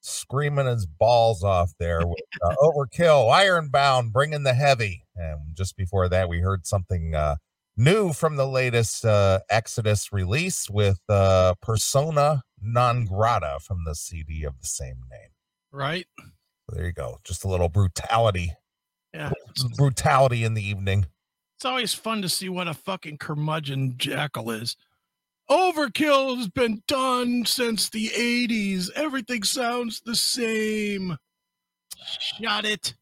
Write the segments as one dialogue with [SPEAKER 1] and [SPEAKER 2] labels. [SPEAKER 1] screaming his balls off there with uh, Overkill, Ironbound, bringing the heavy. And just before that, we heard something uh, new from the latest uh, Exodus release with uh, Persona Non Grata from the CD of the same name.
[SPEAKER 2] right?
[SPEAKER 1] So there you go. Just a little brutality,
[SPEAKER 2] Yeah.
[SPEAKER 1] Mm-hmm. brutality in the evening.
[SPEAKER 2] It's always fun to see what a fucking curmudgeon Jackal is. Overkill has been done since the 80s. Everything sounds the same. Shut it.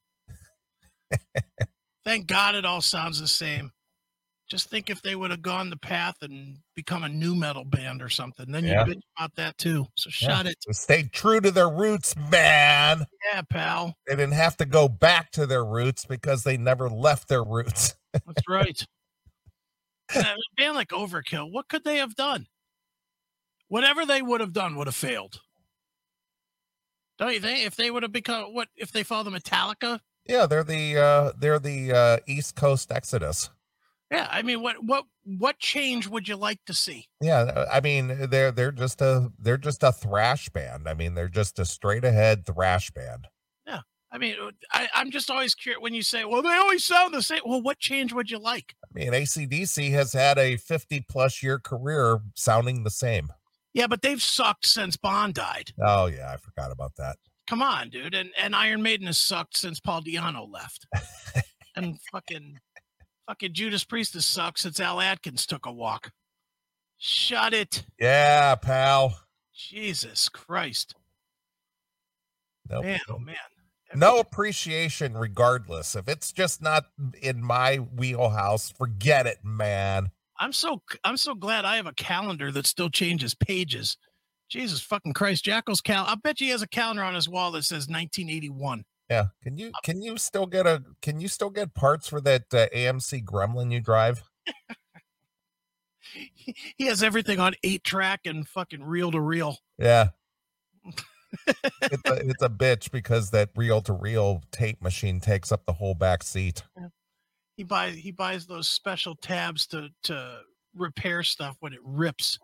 [SPEAKER 2] Thank God it all sounds the same. Just think if they would have gone the path and become a new metal band or something, then you
[SPEAKER 1] Yeah.
[SPEAKER 2] bitch about that too. So shut it.
[SPEAKER 1] They stayed true to their roots, man.
[SPEAKER 2] Yeah, pal.
[SPEAKER 1] They didn't have to go back to their roots because they never left their roots.
[SPEAKER 2] That's right. And a band like Overkill, what could they have done? Whatever they would have done would have failed. Don't you think? If they would have become what if they follow the Metallica?
[SPEAKER 1] Yeah, they're the uh they're the uh East Coast Exodus.
[SPEAKER 2] Yeah, I mean, what what what change would you like to see?
[SPEAKER 1] Yeah, I mean they're they're just a they're just a thrash band. I mean they're just a straight ahead thrash band.
[SPEAKER 2] I mean, uh, I, I'm just always curious when you say, "Well, they always sound the same." Well, what change would you like?
[SPEAKER 1] I mean ACDC has had a 50 plus year career sounding the same.
[SPEAKER 2] Yeah, but they've sucked since Bond died.
[SPEAKER 1] Oh yeah, I forgot about that.
[SPEAKER 2] Come on, dude. And and Iron Maiden has sucked since Paul Diano left. and fucking fucking Judas Priest has sucked since Al Atkins took a walk. Shut it.
[SPEAKER 1] Yeah, pal.
[SPEAKER 2] Jesus Christ.
[SPEAKER 1] Nope.
[SPEAKER 2] Man, oh man.
[SPEAKER 1] No appreciation regardless. If it's just not in my wheelhouse, forget it, man.
[SPEAKER 2] I'm so I'm so glad I have a calendar that still changes pages. Jesus fucking Christ, Jackal's cal. I bet you he has a calendar on his wall that says 1981.
[SPEAKER 1] Yeah. Can you can you still get a can you still get parts for that uh, AMC Gremlin you drive?
[SPEAKER 2] He has everything on eight track and fucking reel to reel.
[SPEAKER 1] Yeah. it's, a, it's a bitch because that reel to reel tape machine takes up the whole back seat.
[SPEAKER 2] he buys he buys those special tabs to to repair stuff when it rips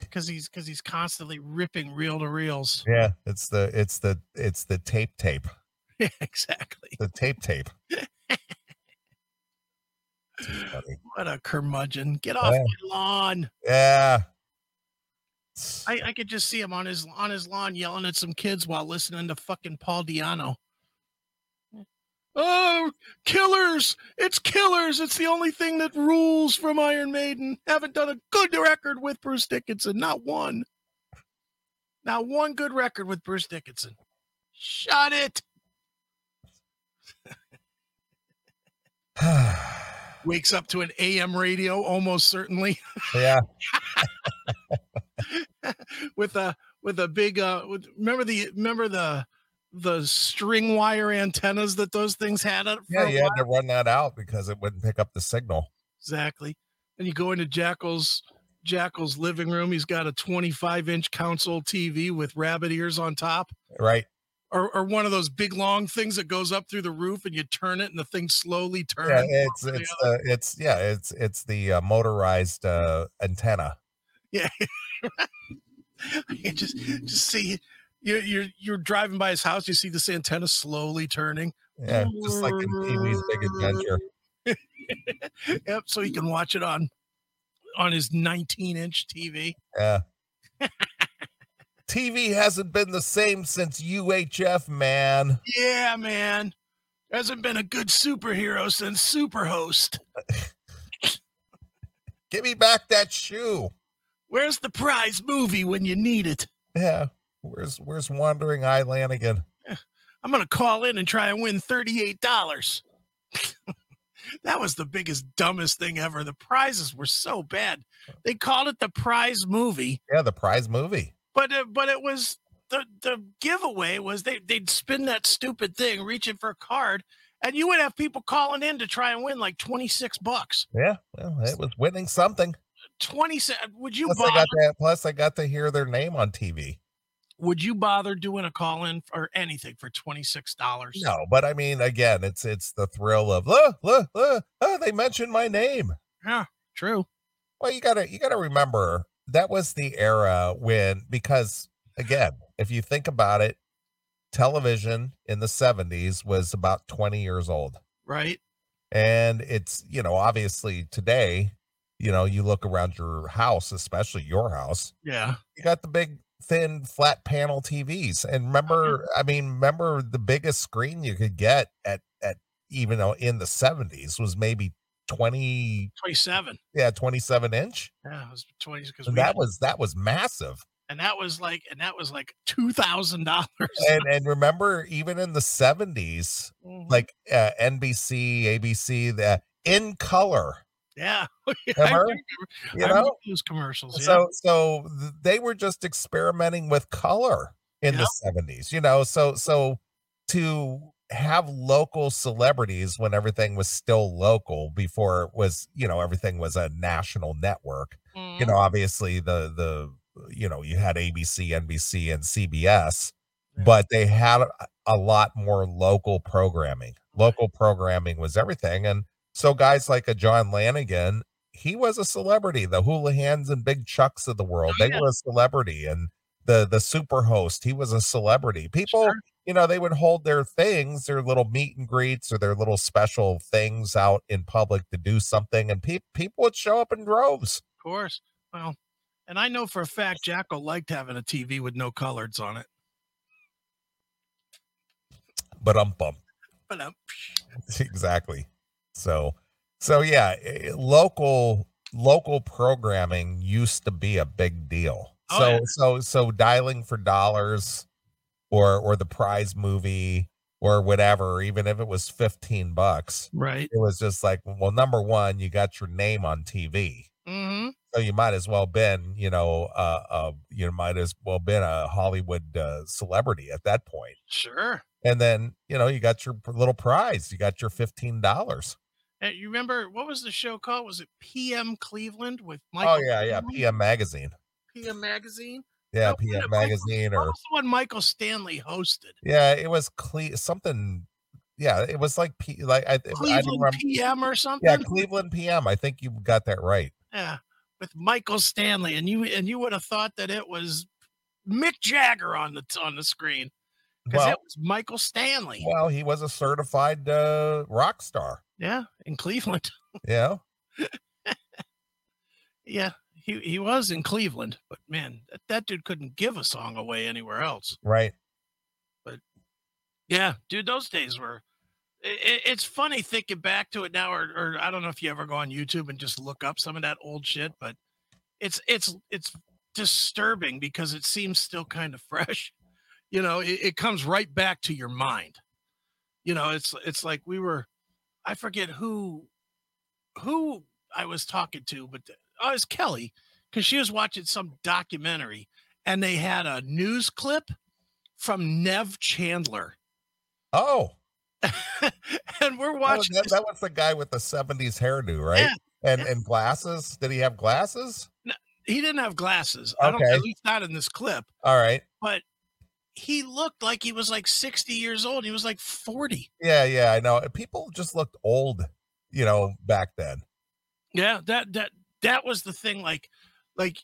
[SPEAKER 2] because he's because he's constantly ripping reel to reels
[SPEAKER 1] Yeah. It's the it's the it's the tape tape.
[SPEAKER 2] Yeah, exactly
[SPEAKER 1] The tape tape. It's too funny.
[SPEAKER 2] what a curmudgeon get off
[SPEAKER 1] Yeah.
[SPEAKER 2] my lawn
[SPEAKER 1] Yeah.
[SPEAKER 2] I, I could just see him on his on his lawn yelling at some kids while listening to fucking paul diano oh killers it's killers it's the only thing that rules from iron maiden haven't done a good record with bruce dickinson not one not one good record with bruce dickinson shut it wakes up to an am radio almost certainly
[SPEAKER 1] yeah.
[SPEAKER 2] with a with a big uh with, remember the remember the the string wire antennas that those things had up
[SPEAKER 1] Yeah. You had to run that out because it wouldn't pick up the signal.
[SPEAKER 2] exactly and you go into jackal's jackal's living room he's got a 25 inch console tv with rabbit ears on top
[SPEAKER 1] Right.
[SPEAKER 2] or, or one of those big long things that goes up through the roof and you turn it and the thing slowly turns
[SPEAKER 1] Yeah, it's
[SPEAKER 2] the
[SPEAKER 1] it's the it's yeah it's it's the uh, motorized uh, antenna.
[SPEAKER 2] you just just see you're, you're you're driving by his house you see this antenna slowly turning
[SPEAKER 1] Yeah, just like in Pee Wee's Big Adventure.
[SPEAKER 2] yep so he can watch it on on his 19 inch tv
[SPEAKER 1] Yeah. TV hasn't been the same since UHF, man.
[SPEAKER 2] yeah man hasn't been a good superhero since superhost
[SPEAKER 1] Give me back that shoe.
[SPEAKER 2] where's the prize movie when you need it
[SPEAKER 1] Yeah. Where's where's Wandering Eye Lanigan?
[SPEAKER 2] i'm gonna call in and try and win $38 that was the biggest dumbest thing ever the prizes were so bad they called it the prize movie
[SPEAKER 1] Yeah, the prize movie.
[SPEAKER 2] but uh, but it was the the giveaway was they they'd spin that stupid thing reaching for a card and you would have people calling in to try and win like 26 bucks
[SPEAKER 1] Yeah, well, it was winning something.
[SPEAKER 2] 20 se- uh, would you
[SPEAKER 1] Plus I
[SPEAKER 2] bother
[SPEAKER 1] got that. Plus I got to hear their name on TV.
[SPEAKER 2] would you bother doing a call in or anything for $26
[SPEAKER 1] No, but I mean, again, it's it's the thrill of look, look, look. Oh, they mentioned my name.
[SPEAKER 2] true
[SPEAKER 1] Well, you gotta you gotta remember that was the era when because again, if you think about it, television in the 70s was about 20 years old.
[SPEAKER 2] right?
[SPEAKER 1] And it's, you know, obviously today, you know, you look around your house, especially your house,
[SPEAKER 2] Yeah.
[SPEAKER 1] you got the big thin flat panel TVs.
[SPEAKER 2] Mm-hmm.
[SPEAKER 1] And remember, I mean, remember the biggest screen you could get at at even though in the 70s was maybe 20
[SPEAKER 2] 27.
[SPEAKER 1] yeah 27 inch
[SPEAKER 2] Yeah, it was 20s because
[SPEAKER 1] and that was that was massive
[SPEAKER 2] and that was like and that was like two thousand dollars.
[SPEAKER 1] and and remember even in the 70s
[SPEAKER 2] Mm-hmm.
[SPEAKER 1] like uh, nbc abc the uh, in color
[SPEAKER 2] yeah, I
[SPEAKER 1] Remember?
[SPEAKER 2] remember, I
[SPEAKER 1] you
[SPEAKER 2] remember
[SPEAKER 1] know
[SPEAKER 2] those commercials. Yeah.
[SPEAKER 1] so so th- they were just experimenting with color in
[SPEAKER 2] Yeah.
[SPEAKER 1] the 70s you know so so to have local celebrities when everything was still local before it was you know everything was a national network you
[SPEAKER 2] Mhm.
[SPEAKER 1] know obviously the the you know you had abc nbc and cbs
[SPEAKER 2] Yeah.
[SPEAKER 1] but they had a- a lot more local programming local programming was everything and so guys like a john lanigan he was a celebrity the houlihan's and big chucks of the world
[SPEAKER 2] Oh,
[SPEAKER 1] they
[SPEAKER 2] yeah.
[SPEAKER 1] were a celebrity and the the super host he was a celebrity people
[SPEAKER 2] Sure.
[SPEAKER 1] you know they would hold their things their little meet and greets or their little special things out in public to do something and pe- people would show up in droves
[SPEAKER 2] Of course. Well, and I know for a fact Jacko liked having a TV with no coloreds on it.
[SPEAKER 1] but um bum
[SPEAKER 2] But um,
[SPEAKER 1] exactly so so yeah i- i- local local programming used to be a big deal
[SPEAKER 2] Oh,
[SPEAKER 1] so
[SPEAKER 2] yeah.
[SPEAKER 1] so so dialing for dollars or or the prize movie or whatever even if it was 15 bucks
[SPEAKER 2] right.
[SPEAKER 1] it was just like well number one you got your name on tv
[SPEAKER 2] Mm-hmm.
[SPEAKER 1] so you might as well been you know uh, uh you might as well been a hollywood uh, celebrity at that point
[SPEAKER 2] Sure.
[SPEAKER 1] and then you know you got your p- little prize you got your $15
[SPEAKER 2] Hey, you remember what was the show called? Was it PM Cleveland with Michael?
[SPEAKER 1] Oh yeah, yeah.
[SPEAKER 2] Cleveland?
[SPEAKER 1] PM magazine.
[SPEAKER 2] PM Magazine.
[SPEAKER 1] Yeah,
[SPEAKER 2] No,
[SPEAKER 1] PM
[SPEAKER 2] Michael-
[SPEAKER 1] magazine
[SPEAKER 2] What
[SPEAKER 1] or
[SPEAKER 2] was the one Michael Stanley hosted?
[SPEAKER 1] yeah, it was Cle- something. Yeah, it was like P like I, I don't
[SPEAKER 2] Cleveland
[SPEAKER 1] remember.
[SPEAKER 2] PM or something.
[SPEAKER 1] Yeah, Cleveland PM. I think you got that right.
[SPEAKER 2] Yeah, with Michael Stanley, and you and you would have thought that it was Mick Jagger on the on the screen because
[SPEAKER 1] Well,
[SPEAKER 2] it was Michael Stanley.
[SPEAKER 1] well, he was a certified uh, rock star.
[SPEAKER 2] Yeah, in Cleveland.
[SPEAKER 1] You know?
[SPEAKER 2] Yeah, he he was in Cleveland, but man, that, that dude couldn't give a song away anywhere else.
[SPEAKER 1] right?
[SPEAKER 2] Yeah, dude, those days were. It, it's funny thinking back to it now, or, or I don't know if you ever go on YouTube and just look up some of that old shit, but it's it's it's disturbing because it seems still kind of fresh. You know, it, it comes right back to your mind. You know, it's it's like we were, I forget who who I was talking to, but oh, it was Kelly because she was watching some documentary and they had a news clip from Nev Chandler.
[SPEAKER 1] Oh,
[SPEAKER 2] and we're
[SPEAKER 1] that was,
[SPEAKER 2] watching.
[SPEAKER 1] that,
[SPEAKER 2] this-
[SPEAKER 1] that was the guy with the '70s hairdo, right?
[SPEAKER 2] Yeah,
[SPEAKER 1] And
[SPEAKER 2] yeah.
[SPEAKER 1] and glasses. Did he have glasses?
[SPEAKER 2] He didn't have glasses. I don't,
[SPEAKER 1] Okay.
[SPEAKER 2] at least not in this clip.
[SPEAKER 1] All right.
[SPEAKER 2] He looked like he was like 60 years old. He was like 40.
[SPEAKER 1] Yeah, yeah. I know. People just looked old, you know, back then.
[SPEAKER 2] Yeah, that that that was the thing. Like, like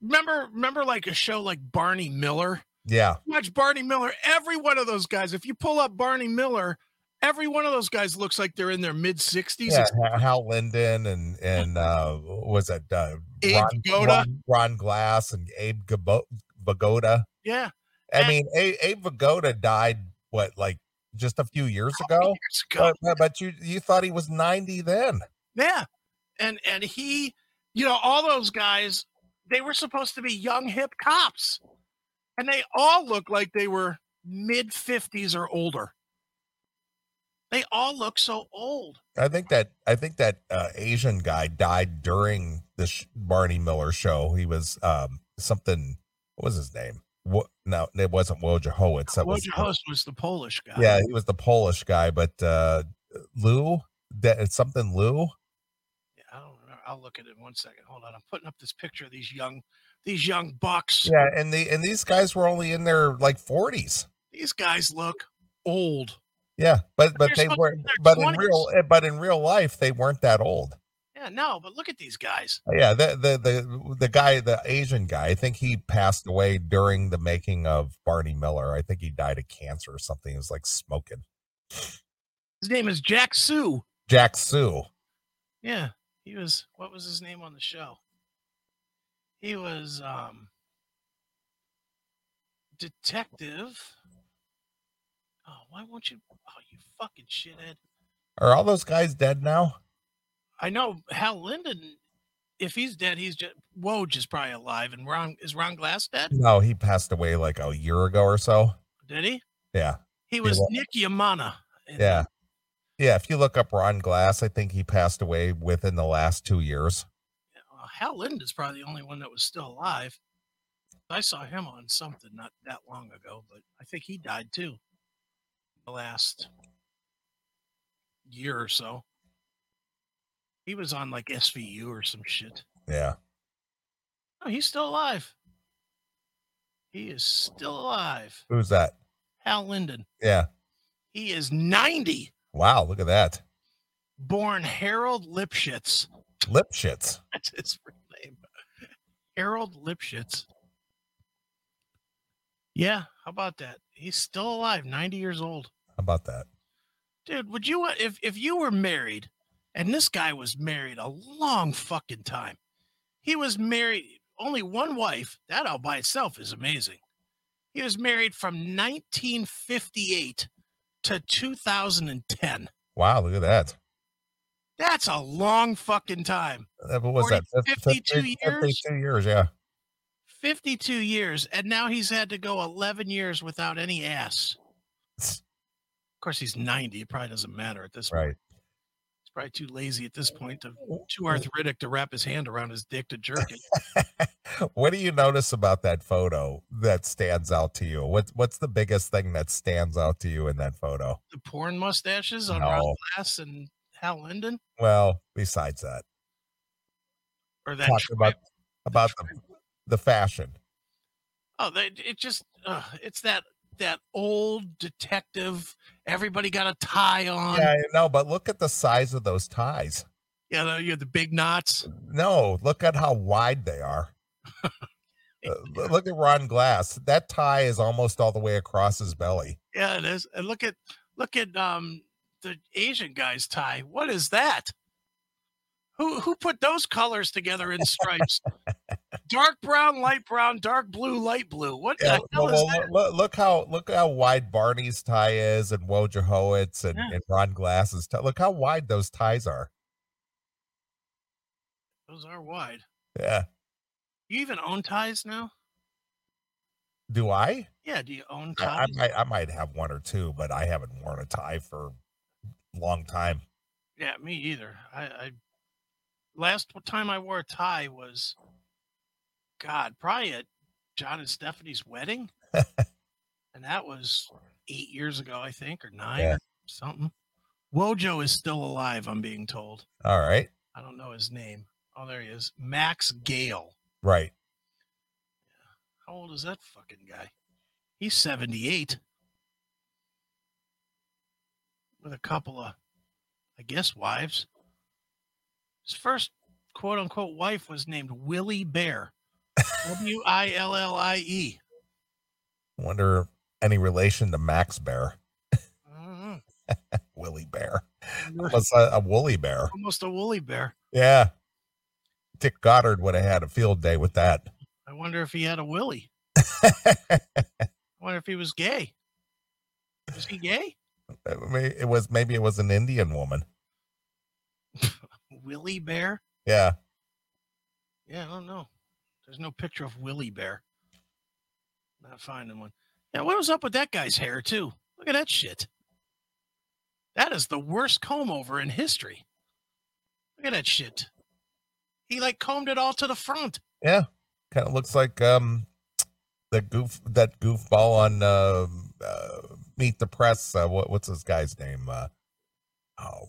[SPEAKER 2] remember remember like a show like Barney Miller.
[SPEAKER 1] Yeah,
[SPEAKER 2] Watch Barney Miller. Every one of those guys. If you pull up Barney Miller, every one of those guys looks like they're in their mid 60s.
[SPEAKER 1] yeah. Ha- Hal Linden and and uh, was it uh,
[SPEAKER 2] Abe
[SPEAKER 1] Ron,
[SPEAKER 2] Vigoda.
[SPEAKER 1] Ron, Ron Glass and Abe Gabo- Vigoda.
[SPEAKER 2] yeah.
[SPEAKER 1] I
[SPEAKER 2] And-
[SPEAKER 1] mean, A- Abe Vigoda died what, like just a few years ago.
[SPEAKER 2] years ago.
[SPEAKER 1] But, but- but you you thought he was ninety then?
[SPEAKER 2] Yeah. And and he, you know, all those guys, they were supposed to be young hip cops. And they all look like they were mid 50s or older. They all look so old.
[SPEAKER 1] I think that I think that uh, Asian guy died during the sh- Barney Miller show. He was um something. What was his name? What? No, it wasn't Wojciechowicz. That was
[SPEAKER 2] Roger Host was the Polish guy.
[SPEAKER 1] yeah, he was the Polish guy, but uh Lou, that something Lou.
[SPEAKER 2] Yeah, I don't remember. I'll look at it in one second. Hold on. I'm putting up this picture of these young these young bucks.
[SPEAKER 1] Yeah, and the and these guys were only in their like forties.
[SPEAKER 2] These guys look old.
[SPEAKER 1] Yeah, but but
[SPEAKER 2] They're
[SPEAKER 1] they
[SPEAKER 2] supposed
[SPEAKER 1] were
[SPEAKER 2] in their
[SPEAKER 1] but in
[SPEAKER 2] 20s.
[SPEAKER 1] real but in real life they weren't that old.
[SPEAKER 2] Yeah, no, but look at these guys.
[SPEAKER 1] Yeah, the the the the guy, the Asian guy, I think he passed away during the making of Barney Miller. I think he died of cancer or something. He was like smoking.
[SPEAKER 2] His name is Jack Sue.
[SPEAKER 1] Jack Sue.
[SPEAKER 2] Yeah, he was. What was his name on the show? He was um detective. Oh, why won't you? Oh, you fucking shithead!
[SPEAKER 1] Are all those guys dead now?
[SPEAKER 2] I know Hal Linden. If he's dead, he's just Woj is probably alive, and Ron is Ron Glass dead?
[SPEAKER 1] No, he passed away like a year ago or so.
[SPEAKER 2] Did he?
[SPEAKER 1] Yeah.
[SPEAKER 2] He was Nick Yamana. in-
[SPEAKER 1] Yeah. Yeah. If you look up Ron Glass, I think he passed away within the last two years.
[SPEAKER 2] uh, Hal Linden's probably the only one that was still alive. I saw him on something not that long ago, but I think he died too. The last year or so. He was on like SVU or some shit.
[SPEAKER 1] Yeah.
[SPEAKER 2] No, he's still alive. He is still alive.
[SPEAKER 1] Who's that?
[SPEAKER 2] Hal Linden.
[SPEAKER 1] Yeah.
[SPEAKER 2] He is 90,
[SPEAKER 1] Wow. Look at that.
[SPEAKER 2] born Harold Lipschitz.
[SPEAKER 1] Lipschitz.
[SPEAKER 2] That's his real name. Harold Lipschitz. Yeah, how about that? He's still alive, 90 years old.
[SPEAKER 1] How about that?
[SPEAKER 2] Dude, would you wa- if if you were married and this guy was married a long fucking time. He was married only one wife. That all by itself is amazing. He was married from 1958 to 2010.
[SPEAKER 1] Wow. Look at that.
[SPEAKER 2] That's a long fucking time.
[SPEAKER 1] That- What was that?
[SPEAKER 2] 40,
[SPEAKER 1] Fif- fifty-
[SPEAKER 2] 52 years?
[SPEAKER 1] 52 years. Yeah.
[SPEAKER 2] 52 years, and now he's had to go 11 years without any ass. Of course, he's 90. It probably doesn't matter at this point.
[SPEAKER 1] Right.
[SPEAKER 2] He's probably too lazy at this point, to, too arthritic to wrap his hand around his dick to jerk it.
[SPEAKER 1] What do you notice about that photo that stands out to you? What What's the biggest thing that stands out to you in that photo?
[SPEAKER 2] the porn mustaches on Ron
[SPEAKER 1] No.
[SPEAKER 2] Glass and Hal Linden,
[SPEAKER 1] Well, besides that,
[SPEAKER 2] or that.
[SPEAKER 1] talk
[SPEAKER 2] tri-
[SPEAKER 1] about about the the fashion.
[SPEAKER 2] oh, they, it just uh, it's that that old detective. Everybody got a tie on.
[SPEAKER 1] Yeah, I know, but look at the size of those ties.
[SPEAKER 2] You know, you have the big knots.
[SPEAKER 1] No, look at how wide they are. Uh, l- look at Ron Glass. That tie is almost all the way across his belly.
[SPEAKER 2] Yeah, it is. And look at look at um the Asian guy's tie. What is that? Who who put those colors together in stripes? dark brown, light brown, dark blue, light blue. What
[SPEAKER 1] Yeah,
[SPEAKER 2] the hell
[SPEAKER 1] well,
[SPEAKER 2] is
[SPEAKER 1] well,
[SPEAKER 2] that?
[SPEAKER 1] look, look how look how wide Barney's tie is, and Wojciechowicz and,
[SPEAKER 2] Yeah.
[SPEAKER 1] and Ron Glass's tie. Look how wide those ties are.
[SPEAKER 2] Those are wide.
[SPEAKER 1] Yeah.
[SPEAKER 2] You even own ties now?
[SPEAKER 1] Do I?
[SPEAKER 2] Yeah, do you own
[SPEAKER 1] I, I
[SPEAKER 2] ties?
[SPEAKER 1] might I might have one or two, but I haven't worn a tie for a long time.
[SPEAKER 2] yeah, me either. I, I last time I wore a tie was God, probably at John and Stephanie's wedding. and that was eight years ago, I think, or nine
[SPEAKER 1] Yeah.
[SPEAKER 2] or something. Wojo is still alive, I'm being told.
[SPEAKER 1] All right.
[SPEAKER 2] I don't know his name. Oh, there he is. Max Gale.
[SPEAKER 1] Right.
[SPEAKER 2] How old is that fucking guy? He's 78. With a couple of, I guess, wives. His first quote unquote wife was named Willie Bear. W I L L I E.
[SPEAKER 1] Wonder any relation to Max Bear,
[SPEAKER 2] I don't know.
[SPEAKER 1] Willie Bear.
[SPEAKER 2] You're
[SPEAKER 1] Was a, a woolly bear.
[SPEAKER 2] Almost a woolly bear.
[SPEAKER 1] Yeah. Dick Goddard would have had a field day with that.
[SPEAKER 2] I wonder if he had a willy. I wonder if he was gay. Was he gay?
[SPEAKER 1] I mean, it was maybe it was an Indian woman.
[SPEAKER 2] Willie Bear?
[SPEAKER 1] Yeah.
[SPEAKER 2] Yeah, I don't know. There's no picture of Willie Bear. Not finding one. Yeah, what was up with that guy's hair too? Look at that shit. That is the worst comb over in history. Look at that shit. He like combed it all to the front.
[SPEAKER 1] Kind of looks like um the goof that goofball on uh, uh Meet the Press. Uh, what what's this guy's name? Uh oh.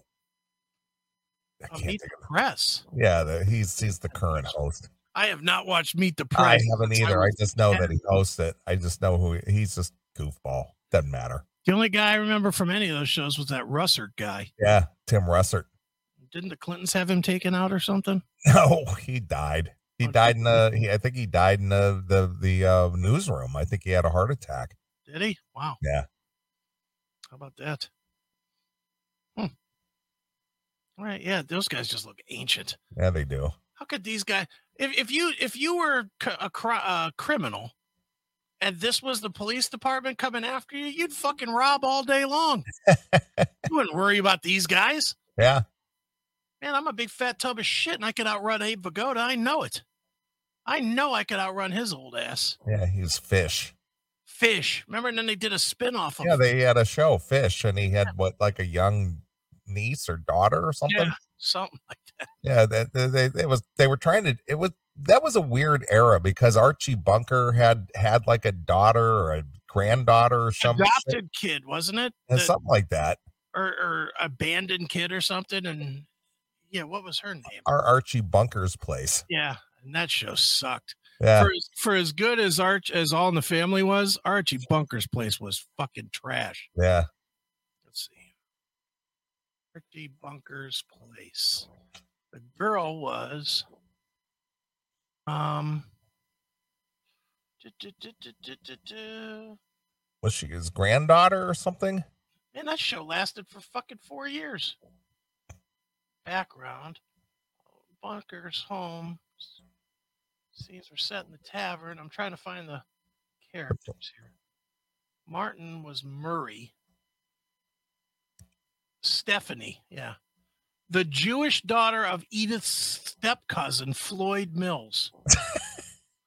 [SPEAKER 1] I
[SPEAKER 2] Oh,
[SPEAKER 1] can't
[SPEAKER 2] meet
[SPEAKER 1] think
[SPEAKER 2] the
[SPEAKER 1] of
[SPEAKER 2] press.
[SPEAKER 1] Yeah, the, he's he's the current host.
[SPEAKER 2] I have not watched Meet the
[SPEAKER 1] I
[SPEAKER 2] Press.
[SPEAKER 1] haven't
[SPEAKER 2] That's why
[SPEAKER 1] either.
[SPEAKER 2] we-
[SPEAKER 1] I just know that he hosts it. I just know who he- he's just goofball. Doesn't matter.
[SPEAKER 2] The only guy I remember from any of those shows was that Russert guy.
[SPEAKER 1] Yeah, Tim Russert.
[SPEAKER 2] didn't the Clintons have him taken out or something?
[SPEAKER 1] No, he died. He
[SPEAKER 2] Oh,
[SPEAKER 1] died in the.
[SPEAKER 2] did
[SPEAKER 1] He, I think he died in the the the uh, newsroom. I think he had a heart attack.
[SPEAKER 2] Did he? Wow.
[SPEAKER 1] Yeah.
[SPEAKER 2] How about that? Hmm. All right. Yeah, those guys just look ancient.
[SPEAKER 1] Yeah, they do.
[SPEAKER 2] How could these guys? If if you if you were c- a, cri- a criminal, and this was the police department coming after you, you'd fucking rob all day long. you wouldn't worry about these guys.
[SPEAKER 1] Yeah,
[SPEAKER 2] Man, I'm a big fat tub of shit, and I could outrun Abe Vigoda. I know it. I know I could outrun his old ass.
[SPEAKER 1] yeah. He's fish.
[SPEAKER 2] Fish. Remember, and then they did a spinoff of
[SPEAKER 1] Yeah,
[SPEAKER 2] it.
[SPEAKER 1] they had a show, Fish, and he had what like a young niece or daughter or something.
[SPEAKER 2] Yeah, something like that.
[SPEAKER 1] Yeah, that that- they, they was they were trying to it was that was a weird era because Archie Bunker had had like a daughter or a granddaughter or some shit,
[SPEAKER 2] Adopted kid, wasn't it?
[SPEAKER 1] and
[SPEAKER 2] That-
[SPEAKER 1] something like that.
[SPEAKER 2] or, or abandoned kid or something. And yeah, what was her name?
[SPEAKER 1] Our Archie Bunker's place.
[SPEAKER 2] Yeah, and that show sucked.
[SPEAKER 1] Yeah,
[SPEAKER 2] For, as- for as good as Arch as All in the Family was, Archie Bunker's place was fucking trash.
[SPEAKER 1] yeah.
[SPEAKER 2] Let's see, Archie Bunker's place. The girl was, um, du- du- du- du- du- du- du.
[SPEAKER 1] Was she his granddaughter or something?
[SPEAKER 2] man, that show lasted for fucking four years. Background: Bunker's home. Scenes were set in the tavern. I'm trying to find the characters here. Martin was Murray. Stephanie, yeah. The Jewish daughter of Edith's stepcousin, Floyd Mills.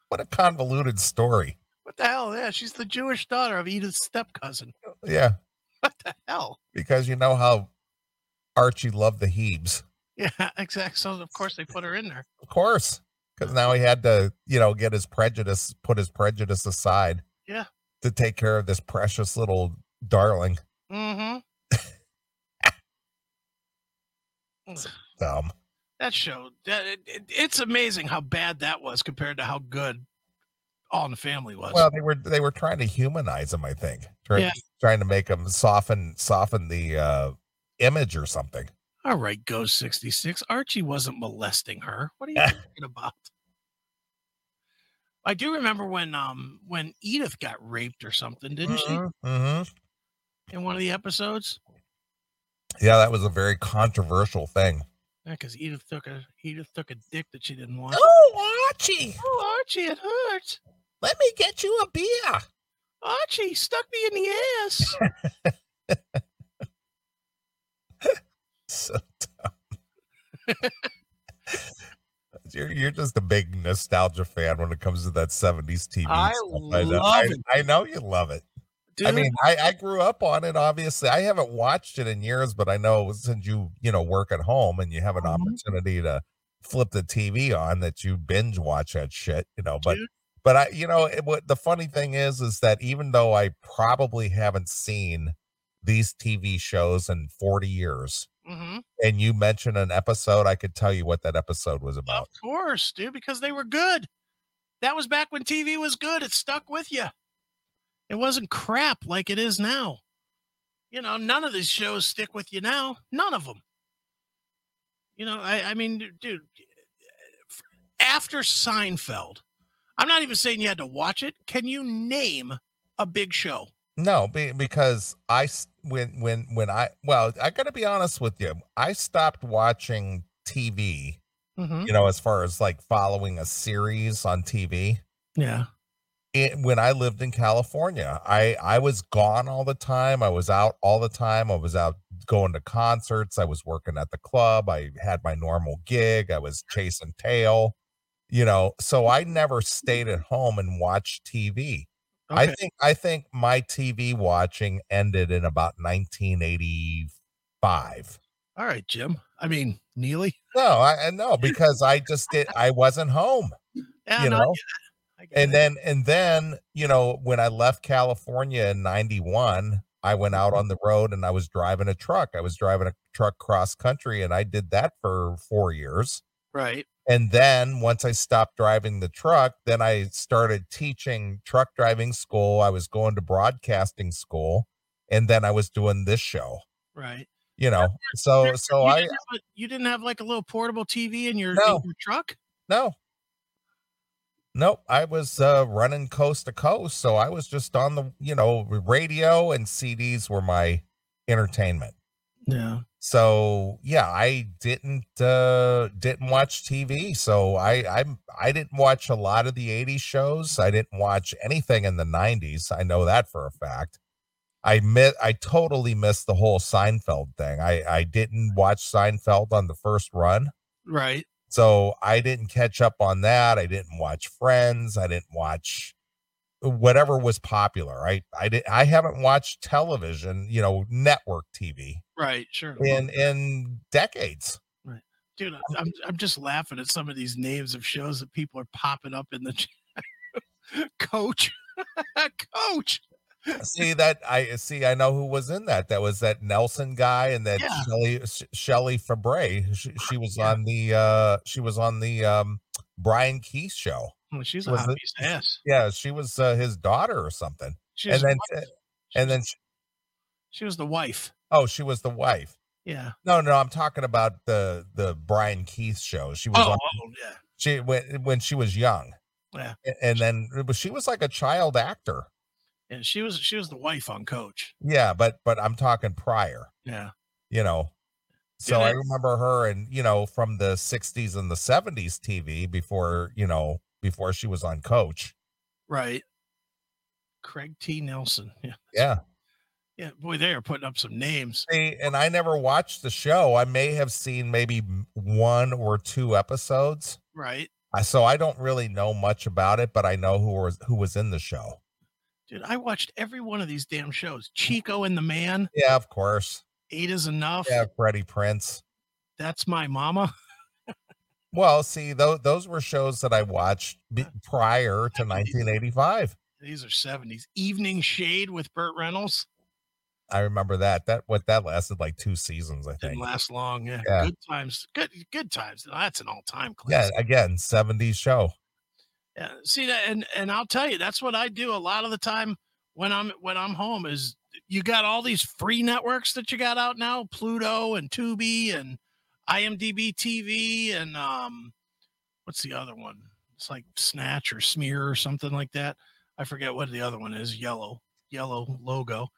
[SPEAKER 1] What a convoluted story.
[SPEAKER 2] What the hell? Yeah, she's the Jewish daughter of Edith's stepcousin.
[SPEAKER 1] Yeah,
[SPEAKER 2] What the hell?
[SPEAKER 1] because you know how Archie loved the Hebes.
[SPEAKER 2] Yeah, exactly. So, of course, they put her in there.
[SPEAKER 1] Of course, because now he had to, you know, get his prejudice, put his prejudice aside.
[SPEAKER 2] Yeah.
[SPEAKER 1] To take care of this precious little darling.
[SPEAKER 2] Mm-hmm.
[SPEAKER 1] Um,
[SPEAKER 2] That show, that, it, it- it's amazing how bad that was compared to how good All in the Family was.
[SPEAKER 1] well, they were they were trying to humanize him. I think, Try-
[SPEAKER 2] Yeah.
[SPEAKER 1] trying to make him soften soften the uh, image or something.
[SPEAKER 2] All right, go 66. Archie wasn't molesting her. What are you talking about? I do remember when um when Edith got raped or something, didn't
[SPEAKER 1] Mhm, mhm.
[SPEAKER 2] she? In one of the episodes?
[SPEAKER 1] Yeah, that was a very controversial thing.
[SPEAKER 2] Yeah, because Edith took a Edith took a dick that she didn't want.
[SPEAKER 1] Oh, Archie,
[SPEAKER 2] Oh, Archie, it hurts.
[SPEAKER 1] let me get you a beer.
[SPEAKER 2] Archie stuck me in the ass.
[SPEAKER 1] So dumb. You're, you're just a big nostalgia fan when it comes to that 70s TV.
[SPEAKER 2] I
[SPEAKER 1] stuff. know,
[SPEAKER 2] love it.
[SPEAKER 1] I know you love it. I
[SPEAKER 2] Dude,
[SPEAKER 1] mean, I, I grew up on it, obviously. I haven't watched it in years, but I know since you, you know, work at home and you have an
[SPEAKER 2] Mhm.
[SPEAKER 1] opportunity to flip the TV on that you binge watch that shit, you know, but
[SPEAKER 2] Dude.
[SPEAKER 1] but I you know, it, what the funny thing is is that even though I probably haven't seen these TV shows in 40 years,
[SPEAKER 2] mhm.
[SPEAKER 1] and you mention an episode, I could tell you what that episode was
[SPEAKER 2] Of
[SPEAKER 1] about.
[SPEAKER 2] course, dude, because they were good. That was back when TV was good. It stuck with you. It wasn't crap like it is now. You know, none of these shows stick with you now. None of them. You know, I, I mean, d- dude, after Seinfeld, I'm not even saying you had to watch it. Can you name a big show?
[SPEAKER 1] No, be, because I s- when when when I well, I got to be honest with you. I stopped watching TV,
[SPEAKER 2] Mm-hmm.
[SPEAKER 1] you know, as far as like following a series on TV.
[SPEAKER 2] Yeah.
[SPEAKER 1] It, when I lived in California, I I was gone all the time. I was out all the time. I was out going to concerts. I was working at the club. I had my normal gig. I was chasing tail, you know. So I never stayed at home and watched TV.
[SPEAKER 2] Okay.
[SPEAKER 1] I think I think my TV watching ended in about 1985.
[SPEAKER 2] All right, Jim. I mean, Neely.
[SPEAKER 1] No, I I- no because I just did I wasn't home,
[SPEAKER 2] Yeah,
[SPEAKER 1] you
[SPEAKER 2] no, I
[SPEAKER 1] know.
[SPEAKER 2] get it. I get
[SPEAKER 1] And
[SPEAKER 2] it.
[SPEAKER 1] then and then, you know, when I left California in 91, I went
[SPEAKER 2] Mm-hmm.
[SPEAKER 1] out on the road and I was driving a truck. I was driving a truck cross country and I did that for 4 years.
[SPEAKER 2] right.
[SPEAKER 1] And then once I stopped driving the truck, then I started teaching truck driving school. I was going to broadcasting school and then I was doing this show.
[SPEAKER 2] Right.
[SPEAKER 1] you know. So so
[SPEAKER 2] you
[SPEAKER 1] I
[SPEAKER 2] didn't have a- you didn't have like a little portable TV in your, in
[SPEAKER 1] No.
[SPEAKER 2] your truck.
[SPEAKER 1] no. Nope, I was uh, running coast to coast, so I was just on the you know radio and CDs were my entertainment.
[SPEAKER 2] Yeah.
[SPEAKER 1] so yeah i didn't uh didn't watch tv so i i'm i didn't watch a lot of the 80s shows i didn't watch anything in the 90s i know that for a fact i mi- i totally missed the whole seinfeld thing i i didn't watch seinfeld on the first run
[SPEAKER 2] Right.
[SPEAKER 1] so I didn't catch up on that. I didn't watch Friends. I didn't watch whatever was popular. I I did I haven't watched television, you know, network TV
[SPEAKER 2] Right. Sure. Well,
[SPEAKER 1] in in decades.
[SPEAKER 2] dude, I- I'm, I'm just laughing at some of these names of shows that people are popping up in the chat. Coach. Coach.
[SPEAKER 1] See that I see I know who was in that. That was that Nelson guy and that
[SPEAKER 2] Yeah.
[SPEAKER 1] Shelley Shelly Shelley Fabre. She, she was
[SPEAKER 2] Yeah.
[SPEAKER 1] on the uh she was on the um Brian Keith show.
[SPEAKER 2] Well, she's a
[SPEAKER 1] Was
[SPEAKER 2] hot
[SPEAKER 1] it-
[SPEAKER 2] piece of ass.
[SPEAKER 1] Yeah, she was uh, his daughter or something.
[SPEAKER 2] She was,
[SPEAKER 1] and
[SPEAKER 2] the
[SPEAKER 1] then uh,
[SPEAKER 2] wife. She
[SPEAKER 1] and
[SPEAKER 2] was-
[SPEAKER 1] then she,
[SPEAKER 2] she was the wife.
[SPEAKER 1] oh, she was the wife.
[SPEAKER 2] Yeah.
[SPEAKER 1] No, no, I'm talking about the the Brian Keith show. She was
[SPEAKER 2] Oh,
[SPEAKER 1] on,
[SPEAKER 2] oh, yeah.
[SPEAKER 1] she when when she was young.
[SPEAKER 2] Yeah.
[SPEAKER 1] A- And then but she was like a child actor.
[SPEAKER 2] And she was she was the wife on Coach.
[SPEAKER 1] Yeah, but but I'm talking prior,
[SPEAKER 2] Yeah.
[SPEAKER 1] you know. So I
[SPEAKER 2] that-
[SPEAKER 1] remember her and you know from the 60s and the 70s TV before, you know, before she was on coach.
[SPEAKER 2] Right. Craig T. Nelson. Yeah.
[SPEAKER 1] Yeah.
[SPEAKER 2] Yeah. Boy, they are putting up some names.
[SPEAKER 1] See, and I never watched the show. I may have seen maybe m- one or two episodes.
[SPEAKER 2] Right.
[SPEAKER 1] I so I don't really know much about it, but I know who was who was in the show.
[SPEAKER 2] Dude, I watched every one of these damn
[SPEAKER 1] Mm.
[SPEAKER 2] shows. Chico and the Man,
[SPEAKER 1] Yeah, of course.
[SPEAKER 2] Eight is Enough,
[SPEAKER 1] Yeah, Freddie Prince.
[SPEAKER 2] That's My Mama.
[SPEAKER 1] Well, see, those those were shows that I watched be- prior to 1985.
[SPEAKER 2] These are 70s. Evening Shade with Burt Reynolds.
[SPEAKER 1] I remember that. That what that lasted like two seasons, I
[SPEAKER 2] Didn't
[SPEAKER 1] think.
[SPEAKER 2] last long. Yeah.
[SPEAKER 1] Yeah.
[SPEAKER 2] Good times. Good good times. Now, That's an all-time
[SPEAKER 1] Yeah,
[SPEAKER 2] classic.
[SPEAKER 1] again, 70s show.
[SPEAKER 2] Yeah. See that and and I'll tell you, that's what I do a lot of the time when I'm when I'm home is you got all these free networks that you got out now, Pluto and Tubi and IMDb TV and um what's the other one? It's like Snatch or Smear or something like that. I forget what the other one is, yellow, yellow logo.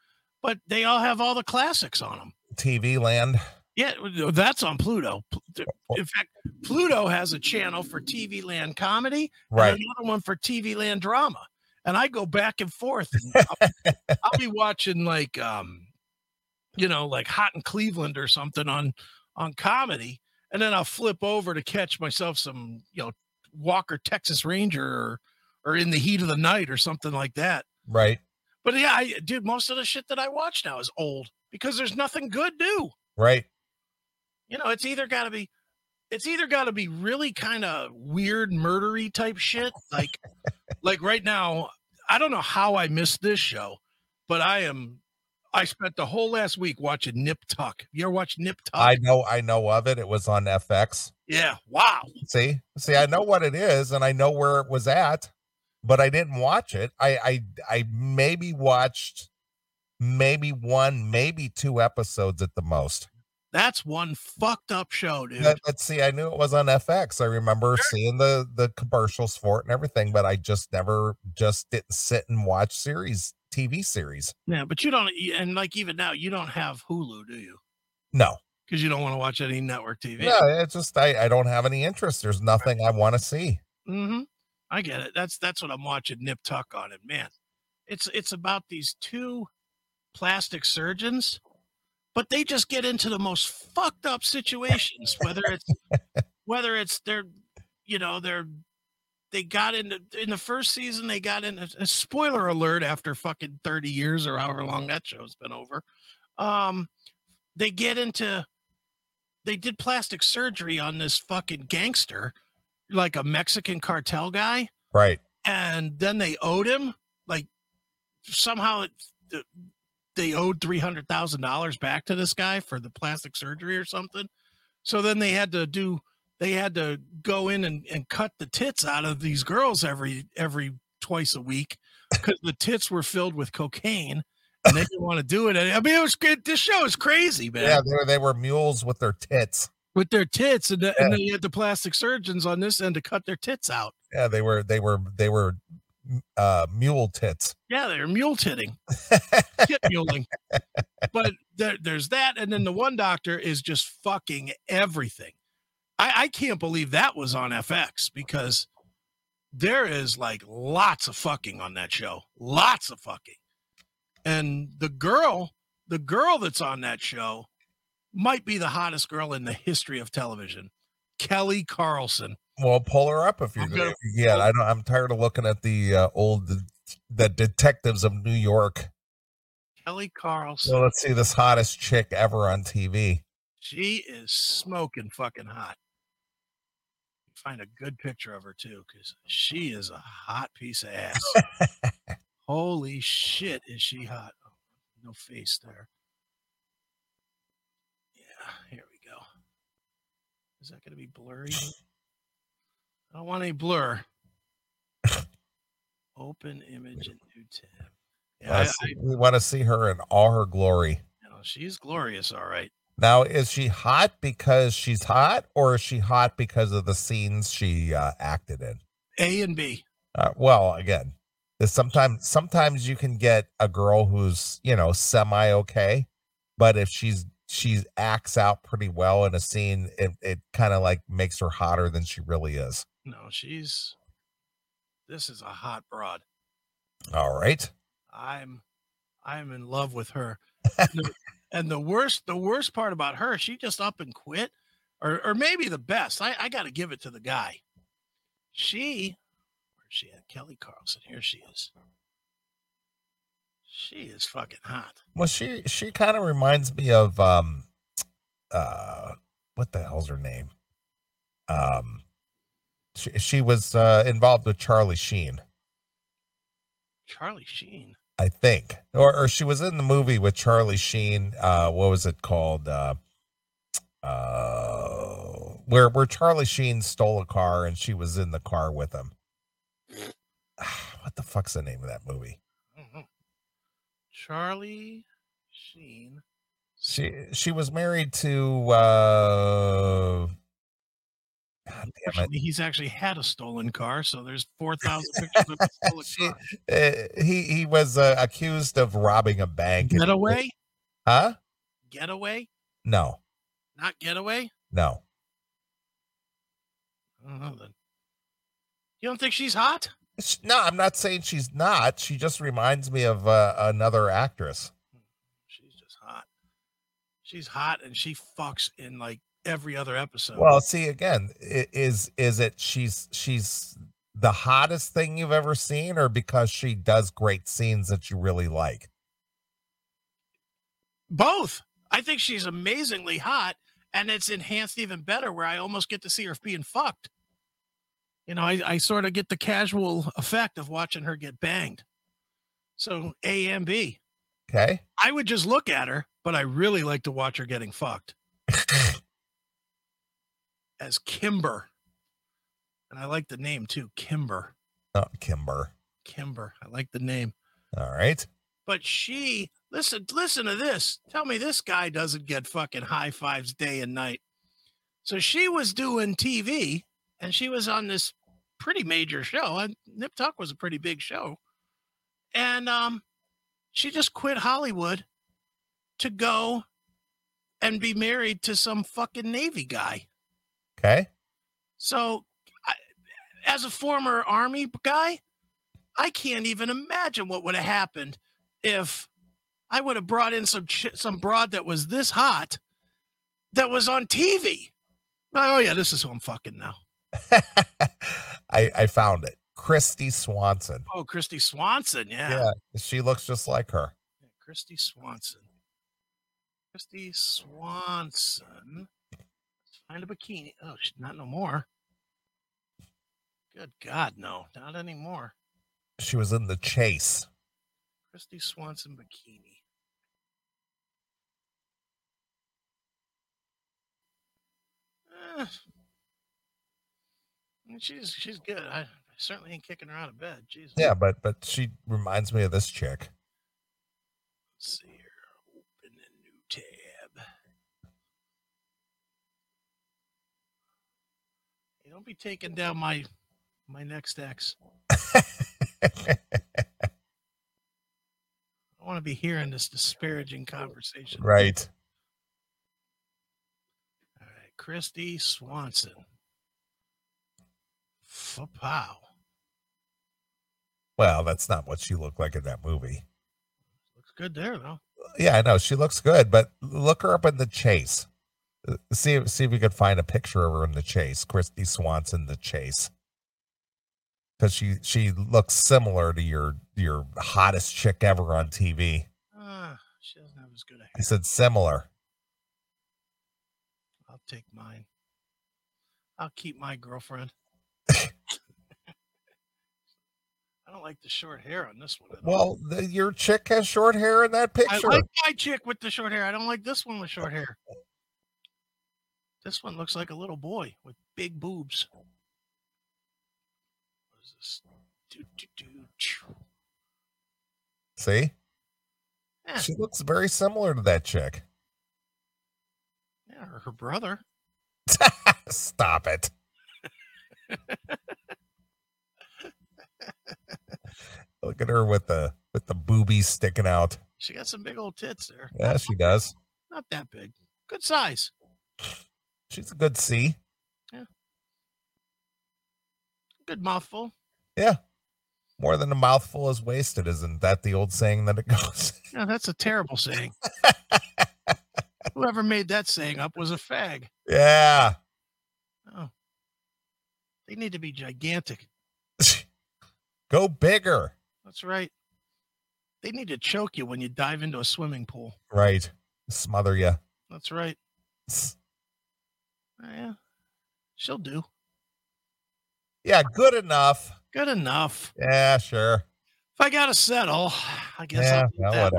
[SPEAKER 2] But they all have all the classics on them.
[SPEAKER 1] TV Land.
[SPEAKER 2] Yeah, that's on Pluto. Pl- In fact, Pluto has a channel for TV Land comedy and
[SPEAKER 1] Right.
[SPEAKER 2] another one for TV Land drama. And I go back and forth. And I'll, I'll be watching like, um, you know, like Hot in Cleveland or something on on comedy, and then I'll flip over to catch myself some, you know, Walker Texas Ranger or, or in the heat of the night or something like that.
[SPEAKER 1] Right.
[SPEAKER 2] But yeah, I, dude, most of the shit that I watch now is old because there's nothing good new.
[SPEAKER 1] Right.
[SPEAKER 2] You know, it's either got to be, it's either got to be really kind of weird, murdery type shit. Like, like right now, I don't know how I missed this show, but I am, I spent the whole last week watching Nip Tuck. You ever watch Nip Tuck?
[SPEAKER 1] I know I know of it. It was on FX.
[SPEAKER 2] yeah. Wow.
[SPEAKER 1] See? See, I know what it is and I know where it was at, but I didn't watch it. I I I maybe watched maybe one, maybe two episodes at the most.
[SPEAKER 2] That's one fucked up show, dude.
[SPEAKER 1] Let, let's see. I knew it was on FX. I remember seeing the the commercials for it and everything, but I just never just didn't sit and watch series TV series.
[SPEAKER 2] yeah. But you don't, and like even now, you don't have Hulu, do you?
[SPEAKER 1] No,
[SPEAKER 2] Because you don't want to watch any network TV.
[SPEAKER 1] yeah, it's just I I don't have any interest. There's nothing I want to see.
[SPEAKER 2] Mm-hmm. I get it. That's that's what I'm watching Nip Tuck on it, man. It's it's about these two plastic surgeons, but they just get into the most fucked up situations. Whether it's whether it's they're you know they're they got into in the first season they got in a spoiler alert after fucking 30 years or however long that show's been over um they get into they did plastic surgery on this fucking gangster like a mexican cartel guy
[SPEAKER 1] Right.
[SPEAKER 2] and then they owed him like somehow it, th- they owed $300,000 back to this guy for the plastic surgery or something. So then they had to do they had to go in and, and cut the tits out of these girls every every twice a week cuz the tits were filled with cocaine and they didn't want to do it. I mean, it was good. This show is crazy, man.
[SPEAKER 1] Yeah, they were, they were mules with their tits.
[SPEAKER 2] With their tits, and, the, and then you had the plastic surgeons on this end to cut their tits out.
[SPEAKER 1] Yeah, they were they were they were uh mule tits.
[SPEAKER 2] Yeah, they're mule titting, tit muling. But there, there's that, and then the one doctor is just fucking everything. I, I can't believe that was on FX because there is like lots of fucking on that show, lots of fucking. And the girl, the girl that's on that show, might be the hottest girl in the history of television, Kelly Carlson.
[SPEAKER 1] Well, pull her up if you're
[SPEAKER 2] I'm gonna-
[SPEAKER 1] going Yeah, I don't. I'm tired of looking at the uh, old the detectives of New York.
[SPEAKER 2] Kelly Carlson.
[SPEAKER 1] So let's see this hottest chick ever on TV.
[SPEAKER 2] She is smoking fucking hot. Find a good picture of her too, because she is a hot piece of ass. Holy shit, is she hot? Oh, No face there. Yeah, here we go. Is that going to be blurry? I don't want any blur. Open image and new tab. Yeah, I,
[SPEAKER 1] Wanna see- we want to see her in all her glory.
[SPEAKER 2] I- no, she's glorious. All right.
[SPEAKER 1] Now, is she hot because she's hot, or is she hot because of the scenes she uh, acted in?
[SPEAKER 2] A and B.
[SPEAKER 1] Uh, well, again, is sometimes sometimes you can get a girl who's you know semi okay, but if she's she acts out pretty well in a scene, it, it kind of like makes her hotter than she really is.
[SPEAKER 2] No, she's. This is a hot broad.
[SPEAKER 1] All right.
[SPEAKER 2] I'm, I'm in love with her. And the- and the worst, the worst part about her, she just up and quit, or or maybe the best. I I got to give it to the guy. She, where's she at? Kelly Carlson. Here she is. She is fucking hot.
[SPEAKER 1] Well, she she kind of reminds me of um, uh, what the hell's her name? Um, she she was uh, involved with Charlie Sheen,
[SPEAKER 2] Charlie Sheen.
[SPEAKER 1] I think, or or she was in the movie with Charlie Sheen. Uh, what was it called? Uh, uh, where where Charlie Sheen stole a car and she was in the car with him. what the fuck's the name of that movie?
[SPEAKER 2] I don't know. Mm-hmm. Charlie Sheen.
[SPEAKER 1] She she was married to uh God damn it.
[SPEAKER 2] Fortunately, he's actually had a stolen car, so there's four thousand pictures of a stolen
[SPEAKER 1] Shit.
[SPEAKER 2] car.
[SPEAKER 1] Uh, he he was uh, accused of robbing a bank. and-
[SPEAKER 2] Getaway,
[SPEAKER 1] Huh?
[SPEAKER 2] getaway,
[SPEAKER 1] No.
[SPEAKER 2] not getaway.
[SPEAKER 1] No.
[SPEAKER 2] I don't know then. You don't think she's hot?
[SPEAKER 1] Sh- No, I'm not saying she's not. She just reminds me of uh, another actress.
[SPEAKER 2] She's just hot. She's hot, and she fucks in like every other episode.
[SPEAKER 1] Well, see again, i- is is it she's she's the hottest thing you've ever seen or because she does great scenes that you really like?
[SPEAKER 2] Both. I think she's amazingly hot, and it's enhanced even better where I almost get to see her being fucked. You know, I, I sort of get the casual effect of watching her get banged. So A and B.
[SPEAKER 1] Okay?
[SPEAKER 2] I would just look at her, but I really like to watch her getting fucked as Kimber. And I like the name too, Kimber.
[SPEAKER 1] Oh, Kimber.
[SPEAKER 2] Kimber. I like the name.
[SPEAKER 1] All right.
[SPEAKER 2] But she, listen, listen to this. Tell me this guy doesn't get fucking high fives day and night. So she was doing TV and she was on this pretty major show. And Nip Tuck was a pretty big show. And um, she just quit Hollywood to go and be married to some fucking Navy guy.
[SPEAKER 1] Okay?
[SPEAKER 2] So, I, as a former army guy, I can't even imagine what would have happened if I would have brought in some ch- some broad that was this hot, that was on TV. Oh yeah, this is who I'm fucking now.
[SPEAKER 1] I I found it. Christy Swanson.
[SPEAKER 2] Oh, Christy Swanson. Yeah,
[SPEAKER 1] Yeah, she looks just like her.
[SPEAKER 2] Yeah, Christy Swanson. Christy Swanson. Let's find a bikini. Oh, sh- not no more. Good God, no, not anymore.
[SPEAKER 1] She was in The Chase.
[SPEAKER 2] Christy Swanson bikini. Eh, I mean, she's she's good. I, I certainly ain't kicking her out of bed. Jesus.
[SPEAKER 1] Yeah, but but she reminds me of this chick.
[SPEAKER 2] Let's see here. Open a new tab. Hey, don't be taking down my my next X. I want to be hearing this disparaging conversation.
[SPEAKER 1] right.
[SPEAKER 2] All right, Christy Swanson. Oh, Fopow.
[SPEAKER 1] Well, that's not what she looked like in that movie.
[SPEAKER 2] Looks good there though.
[SPEAKER 1] Yeah, I know she looks good, but look her up in the chase. Uh, See, see if we could find a picture of her in the chase. Christy Swanson, the chase, because she she looks similar to your your hottest chick ever on TV.
[SPEAKER 2] Ah, she doesn't have as good a hair.
[SPEAKER 1] I said similar.
[SPEAKER 2] I'll take mine. I'll keep my girlfriend. I don't like the short hair on this one. At
[SPEAKER 1] Well,
[SPEAKER 2] all.
[SPEAKER 1] the, your chick has short hair in that
[SPEAKER 2] I
[SPEAKER 1] picture.
[SPEAKER 2] like my chick with the short hair. I don't like this one with short hair. This one looks like a little boy with big boobs. What is this? Do, do, do, choo.
[SPEAKER 1] see,
[SPEAKER 2] Yeah.
[SPEAKER 1] she looks very similar to that chick.
[SPEAKER 2] Yeah, her, her brother.
[SPEAKER 1] Stop it. Look at her with the with the boobies sticking out.
[SPEAKER 2] She got some big old tits there.
[SPEAKER 1] Yeah, she does.
[SPEAKER 2] Not that big. Good size.
[SPEAKER 1] She's a good C.
[SPEAKER 2] Good mouthful.
[SPEAKER 1] More than a mouthful is wasted, isn't that the old saying that it goes?
[SPEAKER 2] Yeah, that's a terrible saying. Whoever made that saying up was a fag.
[SPEAKER 1] yeah.
[SPEAKER 2] Oh. They need to be gigantic.
[SPEAKER 1] Go bigger.
[SPEAKER 2] That's right. They need to choke you when you dive into a swimming pool.
[SPEAKER 1] Right. Smother you.
[SPEAKER 2] That's right. Oh, yeah. She'll do.
[SPEAKER 1] Yeah, good enough.
[SPEAKER 2] Good enough.
[SPEAKER 1] Yeah, sure.
[SPEAKER 2] If I gotta settle, I guess
[SPEAKER 1] yeah,
[SPEAKER 2] I'll do
[SPEAKER 1] well,
[SPEAKER 2] that.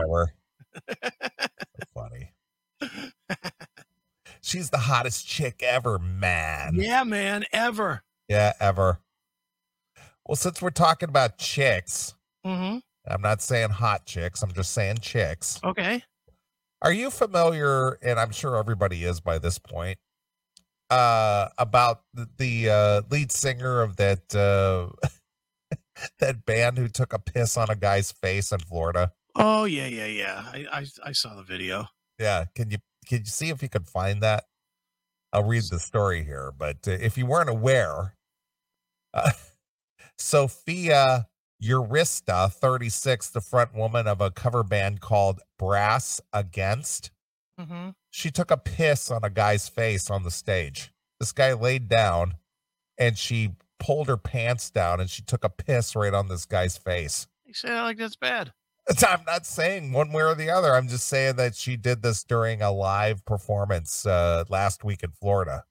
[SPEAKER 1] whatever. So funny. She's the hottest chick ever, man.
[SPEAKER 2] Yeah, man, ever.
[SPEAKER 1] Yeah, ever. Well, since we're talking about chicks,
[SPEAKER 2] hmm
[SPEAKER 1] I'm not saying hot chicks, I'm just saying chicks.
[SPEAKER 2] Okay.
[SPEAKER 1] Are you familiar, and I'm sure everybody is by this point, uh, about the, the uh, lead singer of that uh, that band who took a piss on a guy's face in Florida?
[SPEAKER 2] Oh yeah, yeah, yeah. I I, I saw the video.
[SPEAKER 1] Yeah, can you can you see if you can find that? I'll read the story here, but uh, if you weren't aware, uh, Sophia Eurista, 36, the front woman of a cover band called Brass Against,
[SPEAKER 2] hmm
[SPEAKER 1] she took a piss on a guy's face on the stage. This guy laid down and she pulled her pants down and she took a piss right on this guy's face.
[SPEAKER 2] You say that like that's bad.
[SPEAKER 1] I'm not saying one way or the other. I'm just saying that she did this during a live performance uh, last week in Florida.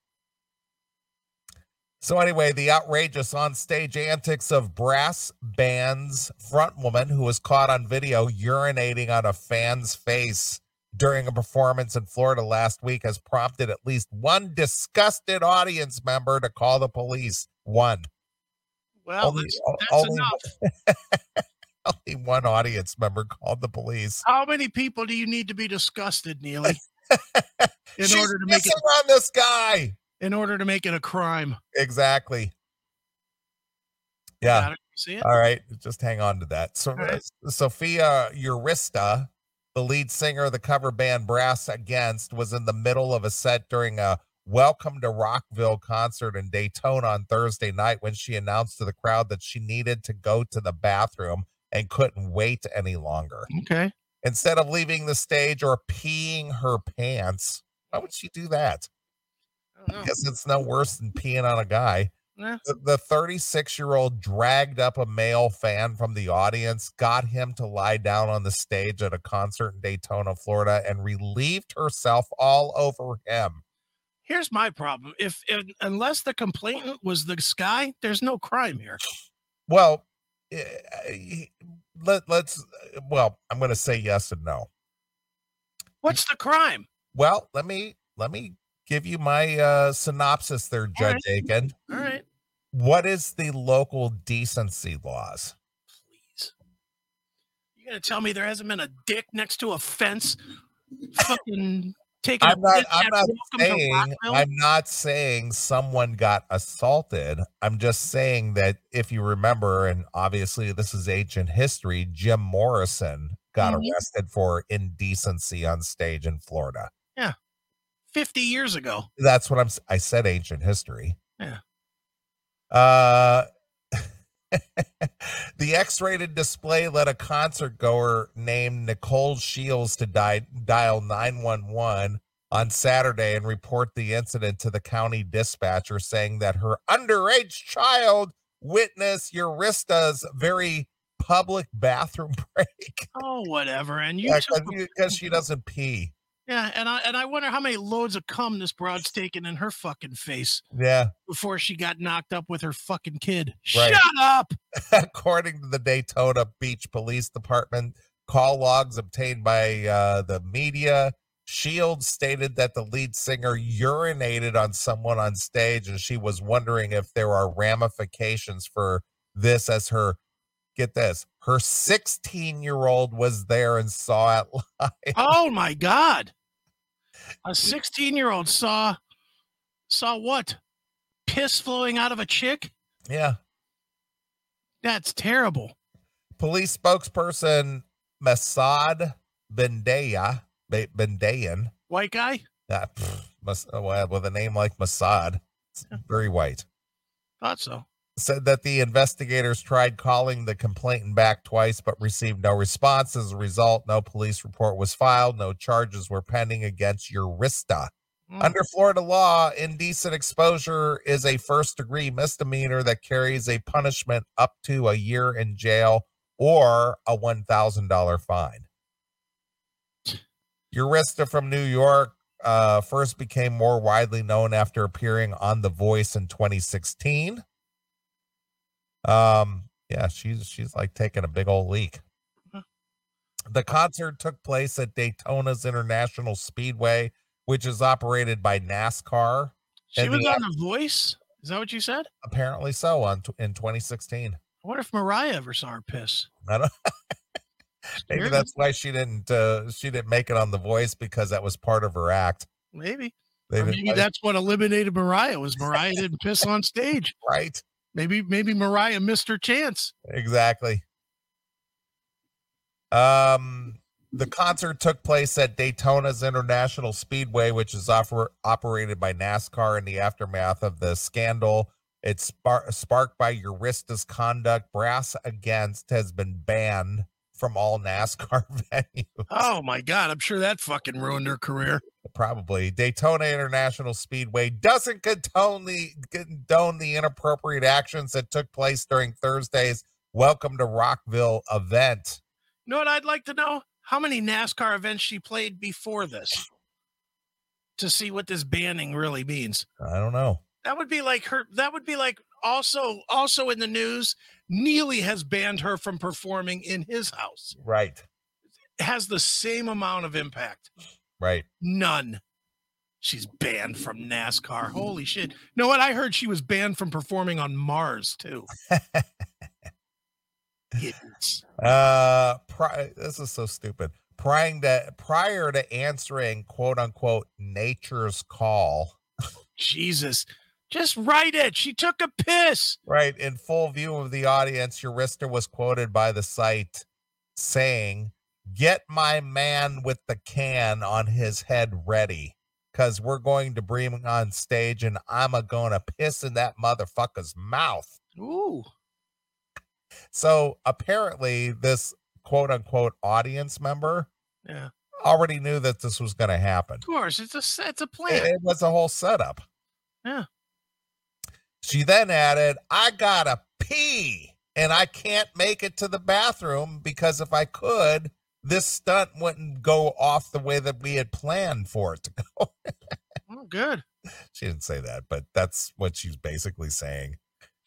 [SPEAKER 1] So, anyway, the outrageous on stage antics of brass band's frontwoman who was caught on video urinating on a fan's face during a performance in Florida last week has prompted at least one disgusted audience member to call the police. One.
[SPEAKER 2] Well,
[SPEAKER 1] Only-
[SPEAKER 2] that's,
[SPEAKER 1] o-
[SPEAKER 2] that's
[SPEAKER 1] only-
[SPEAKER 2] enough.
[SPEAKER 1] Only one audience member called the police.
[SPEAKER 2] How many people do you need to be disgusted, Neely? In
[SPEAKER 1] She's
[SPEAKER 2] order to make it
[SPEAKER 1] pissing on this guy.
[SPEAKER 2] in order to make it a crime.
[SPEAKER 1] Exactly. Yeah.
[SPEAKER 2] Got it? You see it?
[SPEAKER 1] All right. Just hang on to that. So,
[SPEAKER 2] right.
[SPEAKER 1] uh, Sophia Eurista, the lead singer of the cover band Brass Against, was in the middle of a set during a Welcome to Rockville concert in Daytona on Thursday night when she announced to the crowd that she needed to go to the bathroom and couldn't wait any longer.
[SPEAKER 2] Okay.
[SPEAKER 1] Instead of leaving the stage or peeing her pants, why would she do that?
[SPEAKER 2] I don't know.
[SPEAKER 1] guess it's no worse than peeing on a guy.
[SPEAKER 2] Yeah.
[SPEAKER 1] The- The 36 year old dragged up a male fan from the audience, got him to lie down on the stage at a concert in Daytona, Florida, and relieved herself all over him.
[SPEAKER 2] Here's my problem. If, if unless the complainant was this guy, there's no crime here.
[SPEAKER 1] Well, eh, eh, let, let's, well, I'm going to say yes and no.
[SPEAKER 2] What's the crime?
[SPEAKER 1] Well, let me, let me give you my uh, synopsis there,
[SPEAKER 2] All
[SPEAKER 1] Judge
[SPEAKER 2] right.
[SPEAKER 1] Aiken.
[SPEAKER 2] All right.
[SPEAKER 1] What is the local decency laws?
[SPEAKER 2] Please. You You're gonna tell me there hasn't been a dick next to a fence? Fucking taking. a
[SPEAKER 1] I'm not.
[SPEAKER 2] piss
[SPEAKER 1] I'm
[SPEAKER 2] at
[SPEAKER 1] not
[SPEAKER 2] Welcome to
[SPEAKER 1] saying.
[SPEAKER 2] Rockville?
[SPEAKER 1] I'm not saying someone got assaulted. I'm just saying that if you remember, and obviously this is ancient history, Jim Morrison got
[SPEAKER 2] Mhm.
[SPEAKER 1] arrested for indecency on stage in Florida.
[SPEAKER 2] Fifty years ago.
[SPEAKER 1] That's what I'm. s- I said ancient history.
[SPEAKER 2] Yeah.
[SPEAKER 1] Uh. the X-rated display led a concert goer named Nicole Shields to di- dial 911 on Saturday and report the incident to the county dispatcher, saying that her underage child witnessed Eurista's very public bathroom break
[SPEAKER 2] Oh, whatever. And you took a-
[SPEAKER 1] because she doesn't pee.
[SPEAKER 2] yeah, and I and I wonder how many loads of cum this broad's taken in her fucking face
[SPEAKER 1] Yeah.
[SPEAKER 2] before she got knocked up with her fucking kid.
[SPEAKER 1] Right.
[SPEAKER 2] Shut up.
[SPEAKER 1] according to the Daytona Beach Police Department, call logs obtained by uh, the media, Shields stated that the lead singer urinated on someone on stage, and she was wondering if there are ramifications for this. As her, get this, her 16 year old was there and saw it.
[SPEAKER 2] Oh my god. A 16-year-old saw saw what? Piss flowing out of a chick?
[SPEAKER 1] Yeah.
[SPEAKER 2] That's terrible.
[SPEAKER 1] Police spokesperson Masad Bendeya, Be- Bendayan,
[SPEAKER 2] White guy?
[SPEAKER 1] Uh, pff, Mas- uh, well, with a name like Mossad, it's very white,
[SPEAKER 2] Thought so.
[SPEAKER 1] said that the investigators tried calling the complainant back twice but received no response. As a result, no police report was filed, no charges were pending against Eurista.
[SPEAKER 2] Mm.
[SPEAKER 1] Under Florida law, indecent exposure is a first degree misdemeanor that carries a punishment up to a year in jail or a $1,000 fine. Eurista from New York uh, first became more widely known after appearing on The Voice in 2016. Um, yeah, she's she's like taking a big old leak.
[SPEAKER 2] Huh.
[SPEAKER 1] The concert took place at Daytona's International Speedway, which is operated by NASCAR.
[SPEAKER 2] She
[SPEAKER 1] and
[SPEAKER 2] was
[SPEAKER 1] the-
[SPEAKER 2] on the voice? Is that what you said?
[SPEAKER 1] Apparently so on tw in 2016.
[SPEAKER 2] I wonder if Mariah ever saw her piss.
[SPEAKER 1] I don't. Maybe
[SPEAKER 2] Sure.
[SPEAKER 1] that's why she didn't uh, she didn't make it on The Voice because that was part of her act.
[SPEAKER 2] Maybe.
[SPEAKER 1] They
[SPEAKER 2] Or
[SPEAKER 1] didn't
[SPEAKER 2] maybe
[SPEAKER 1] like-
[SPEAKER 2] that's what eliminated Mariah was Mariah didn't piss on stage.
[SPEAKER 1] right.
[SPEAKER 2] Maybe maybe Mariah missed her chance.
[SPEAKER 1] Exactly. Um, the concert took place at Daytona's International Speedway, which is offer- operated by NASCAR in the aftermath of the scandal. It's spar- sparked by Eurista's conduct. Brass Against has been banned from all NASCAR venues.
[SPEAKER 2] Oh my god, I'm sure that fucking ruined her career.
[SPEAKER 1] Probably Daytona International Speedway doesn't condone the condone the inappropriate actions that took place during Thursday's Welcome to Rockville event.
[SPEAKER 2] You know what I'd like to know? How many NASCAR events she played before this? To see what this banning really means.
[SPEAKER 1] I don't know.
[SPEAKER 2] That would be like her that would be like also also in the news, Neely has banned her from performing in his house.
[SPEAKER 1] Right.
[SPEAKER 2] It has the same amount of impact.
[SPEAKER 1] Right.
[SPEAKER 2] None. She's banned from NASCAR. Holy shit. You know what? I heard she was banned from performing on Mars too. Idiots.
[SPEAKER 1] Uh pri- this is so stupid. Prying that prior to answering quote unquote nature's call,
[SPEAKER 2] Jesus. Just write it. She took a piss.
[SPEAKER 1] right? In full view of the audience, Eurista was quoted by the site saying, Get my man with the can on his head ready. Cause we're going to bring him on stage and I'm a gonna piss in that motherfucker's mouth.
[SPEAKER 2] Ooh.
[SPEAKER 1] So apparently, this quote unquote audience member
[SPEAKER 2] Yeah.
[SPEAKER 1] already knew that this was going to happen.
[SPEAKER 2] Of course. It's a s- it's a
[SPEAKER 1] It,
[SPEAKER 2] plan.
[SPEAKER 1] it was a whole setup.
[SPEAKER 2] Yeah.
[SPEAKER 1] She then added, I got to pee and I can't make it to the bathroom because if I could, this stunt wouldn't go off the way that we had planned for it to go.
[SPEAKER 2] Oh, good.
[SPEAKER 1] She didn't say that, but that's what she's basically saying.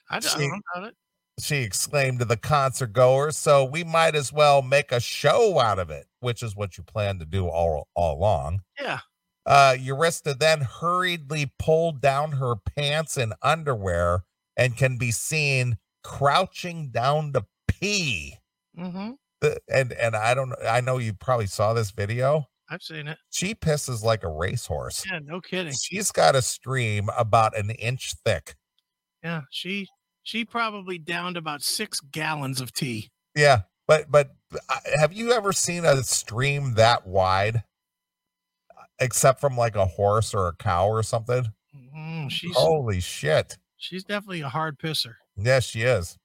[SPEAKER 2] I d- I
[SPEAKER 1] See-
[SPEAKER 2] don't doubt it.
[SPEAKER 1] she exclaimed to the concert goers. So we might as well make a show out of it, which is what you plan to do all, all along.
[SPEAKER 2] Yeah.
[SPEAKER 1] Uh, Eurista then hurriedly pulled down her pants and underwear and can be seen crouching down to pee.
[SPEAKER 2] Mm-hmm.
[SPEAKER 1] The- and and I don't I know you probably saw this video.
[SPEAKER 2] I've seen it.
[SPEAKER 1] She pisses like a racehorse.
[SPEAKER 2] Yeah, no kidding.
[SPEAKER 1] She's got a stream about an inch thick.
[SPEAKER 2] Yeah, she she probably downed about six gallons of tea.
[SPEAKER 1] Yeah, but but uh, have you ever seen a stream that wide? Except from like a horse or a cow or something.
[SPEAKER 2] Mm, she's
[SPEAKER 1] Holy shit.
[SPEAKER 2] she's definitely a hard pisser.
[SPEAKER 1] Yes, she is.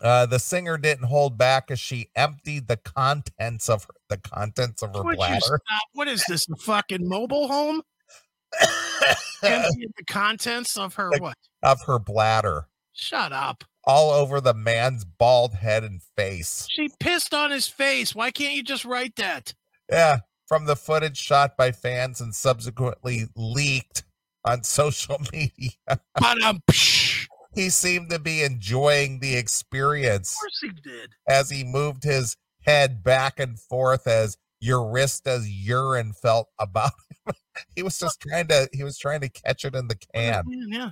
[SPEAKER 1] Uh, the singer didn't hold back as she emptied the contents of her, the contents of her
[SPEAKER 2] Would you
[SPEAKER 1] bladder.
[SPEAKER 2] stop? What is this? A fucking mobile home? Emptied the contents of her
[SPEAKER 1] Like-
[SPEAKER 2] what?
[SPEAKER 1] of her bladder
[SPEAKER 2] Shut up.
[SPEAKER 1] all over the man's bald head and face.
[SPEAKER 2] She pissed on his face. Why can't you just write that?
[SPEAKER 1] Yeah, from the footage shot by fans and subsequently leaked on social media.
[SPEAKER 2] Ba-dum, psh. Of
[SPEAKER 1] He seemed to be enjoying the experience
[SPEAKER 2] course he did.
[SPEAKER 1] as he moved his head back and forth as Eurista's urine felt about him. he was just trying to he was trying to catch it in the
[SPEAKER 2] Yeah,
[SPEAKER 1] can.
[SPEAKER 2] yeah.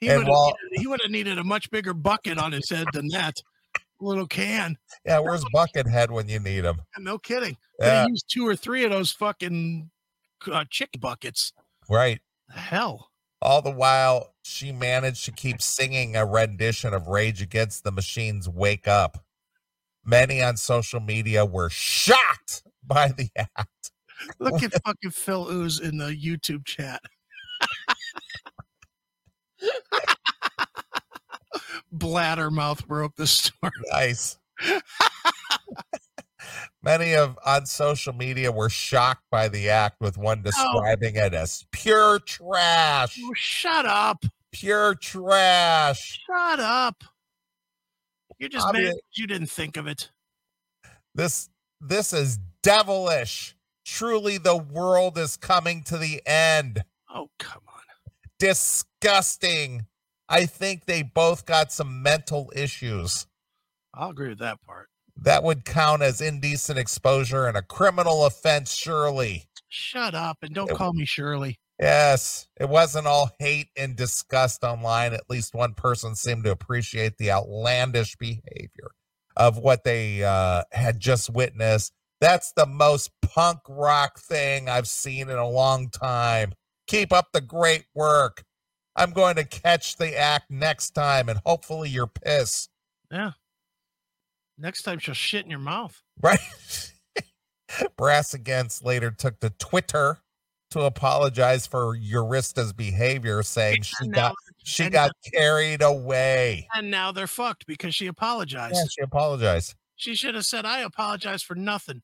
[SPEAKER 2] He
[SPEAKER 1] And
[SPEAKER 2] would have
[SPEAKER 1] while-
[SPEAKER 2] needed, he would have needed a much bigger bucket on his head than that. Little can.
[SPEAKER 1] Yeah, where's Buckethead when you need him?
[SPEAKER 2] No kidding.
[SPEAKER 1] Yeah,
[SPEAKER 2] They used two or three of those fucking uh, chick buckets.
[SPEAKER 1] right.
[SPEAKER 2] Hell.
[SPEAKER 1] All the while, she managed to keep singing a rendition of Rage Against the Machine's Wake Up. Many on social media were shocked by the act.
[SPEAKER 2] Look at fucking Phil Ooze in the YouTube chat. Bladder mouth broke the story.
[SPEAKER 1] Nice. Many of on social media were shocked by the act, with one describing it as pure trash,
[SPEAKER 2] Oh, shut up.
[SPEAKER 1] pure trash.
[SPEAKER 2] Shut up. You're just mad
[SPEAKER 1] Obvious-
[SPEAKER 2] 'cause you didn't think of it.
[SPEAKER 1] This this is devilish. Truly, the world is coming to the end.
[SPEAKER 2] Oh, come on.
[SPEAKER 1] disgusting. I think they both got some mental issues.
[SPEAKER 2] I'll agree with that part.
[SPEAKER 1] That would count as indecent exposure and a criminal offense, surely.
[SPEAKER 2] Shut up and don't
[SPEAKER 1] Yeah.
[SPEAKER 2] call me Shirley.
[SPEAKER 1] Yes, it wasn't all hate and disgust online. At least one person seemed to appreciate the outlandish behavior of what they uh, had just witnessed. That's the most punk rock thing I've seen in a long time. Keep up the great work. I'm going to catch the act next time and hopefully you're pissed.
[SPEAKER 2] Next time she'll shit in your mouth.
[SPEAKER 1] Right? Brass Against later took to Twitter to apologize for Eurista's behavior, saying she
[SPEAKER 2] And
[SPEAKER 1] got
[SPEAKER 2] now,
[SPEAKER 1] She
[SPEAKER 2] And-
[SPEAKER 1] got carried away.
[SPEAKER 2] and now they're fucked because she apologized.
[SPEAKER 1] Yeah, she apologized.
[SPEAKER 2] She should have said, I apologize for nothing.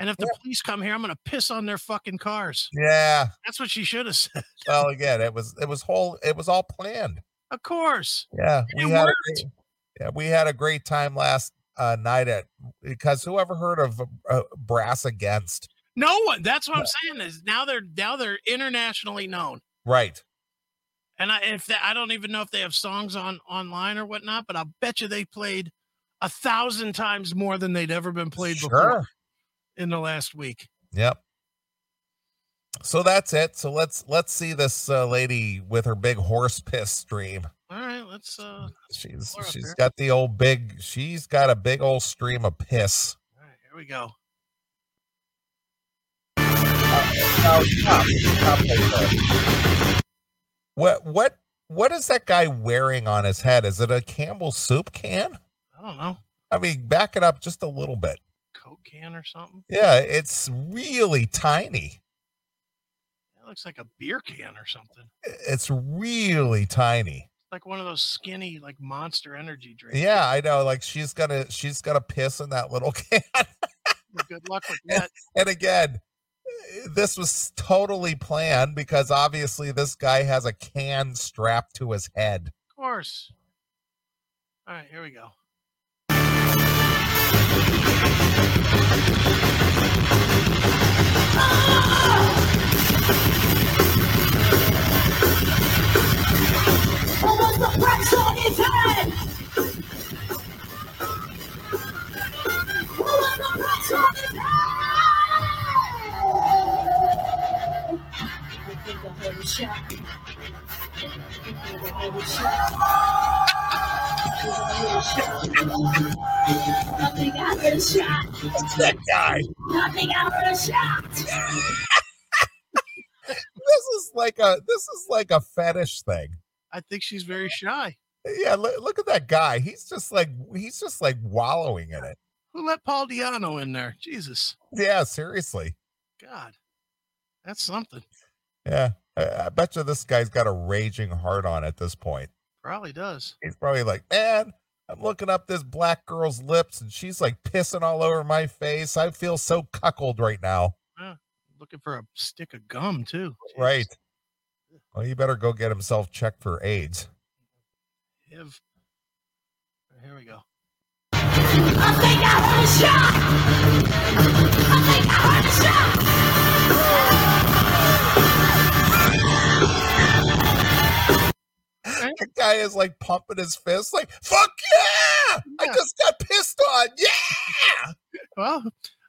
[SPEAKER 2] And if the police come here, I'm going to piss on their fucking cars.
[SPEAKER 1] Yeah.
[SPEAKER 2] That's what she should have said.
[SPEAKER 1] Well, again, it was it was whole it was all planned.
[SPEAKER 2] Of course.
[SPEAKER 1] Yeah.
[SPEAKER 2] It
[SPEAKER 1] We had a great, yeah, we had a great time last uh, night at because whoever heard of uh, Brass Against?
[SPEAKER 2] No one. That's what I'm saying is now they're now they're internationally known.
[SPEAKER 1] Right.
[SPEAKER 2] And I if they, I don't even know if they have songs on online or whatnot, but I'll bet you they played a thousand times more than they'd ever been played before
[SPEAKER 1] Sure.
[SPEAKER 2] in the last week.
[SPEAKER 1] Yep. So that's it. So let's let's see this uh, lady with her big horse piss stream.
[SPEAKER 2] All right, let's uh
[SPEAKER 1] She's
[SPEAKER 2] Laura
[SPEAKER 1] she's
[SPEAKER 2] Fair.
[SPEAKER 1] got the old big she's got a big old stream of piss.
[SPEAKER 2] all right, here we go.
[SPEAKER 1] What what what is that guy wearing on his head? Is it a Campbell soup can?
[SPEAKER 2] I don't know,
[SPEAKER 1] I mean, back it up just a little bit.
[SPEAKER 2] Coke can or something.
[SPEAKER 1] Yeah, it's really tiny.
[SPEAKER 2] It looks like a beer can or something.
[SPEAKER 1] It's really tiny.
[SPEAKER 2] like one of those skinny like monster energy drinks.
[SPEAKER 1] Yeah, I know. Like she's gonna she's gonna piss in that little can.
[SPEAKER 2] Good luck with that.
[SPEAKER 1] And again, this was totally planned because obviously this guy has a can strapped to his head.
[SPEAKER 2] Of course. All right, here we go.
[SPEAKER 3] Almost the pressure on his head. Almost the pressure on his head. You think I heard a shot? You think I heard a shot? You think I heard a shot? Nothing after the shot.
[SPEAKER 1] That guy.
[SPEAKER 3] Nothing after the shot.
[SPEAKER 1] This is like a this is like a fetish thing.
[SPEAKER 2] I think she's very shy.
[SPEAKER 1] Yeah, look, look at that guy. He's just like he's just like wallowing in it.
[SPEAKER 2] Who let Paul Diano in there? Jesus,
[SPEAKER 1] Yeah, seriously.
[SPEAKER 2] God, that's something.
[SPEAKER 1] Yeah, I, I bet you this guy's got a raging heart on at this point.
[SPEAKER 2] Probably does.
[SPEAKER 1] He's probably like, man, I'm looking up this black girl's lips, and she's like pissing all over my face. I feel so cuckold right now.
[SPEAKER 2] Looking for a stick of gum too. Jeez.
[SPEAKER 1] Right. Well, he better go get himself checked for AIDS.
[SPEAKER 2] Hiv. Here we go.
[SPEAKER 3] Nothing after the shot. Nothing after the shot.
[SPEAKER 1] The guy is like pumping his fist, like, fuck yeah! I
[SPEAKER 2] Yeah.
[SPEAKER 1] just got pissed on. Yeah!
[SPEAKER 2] Well,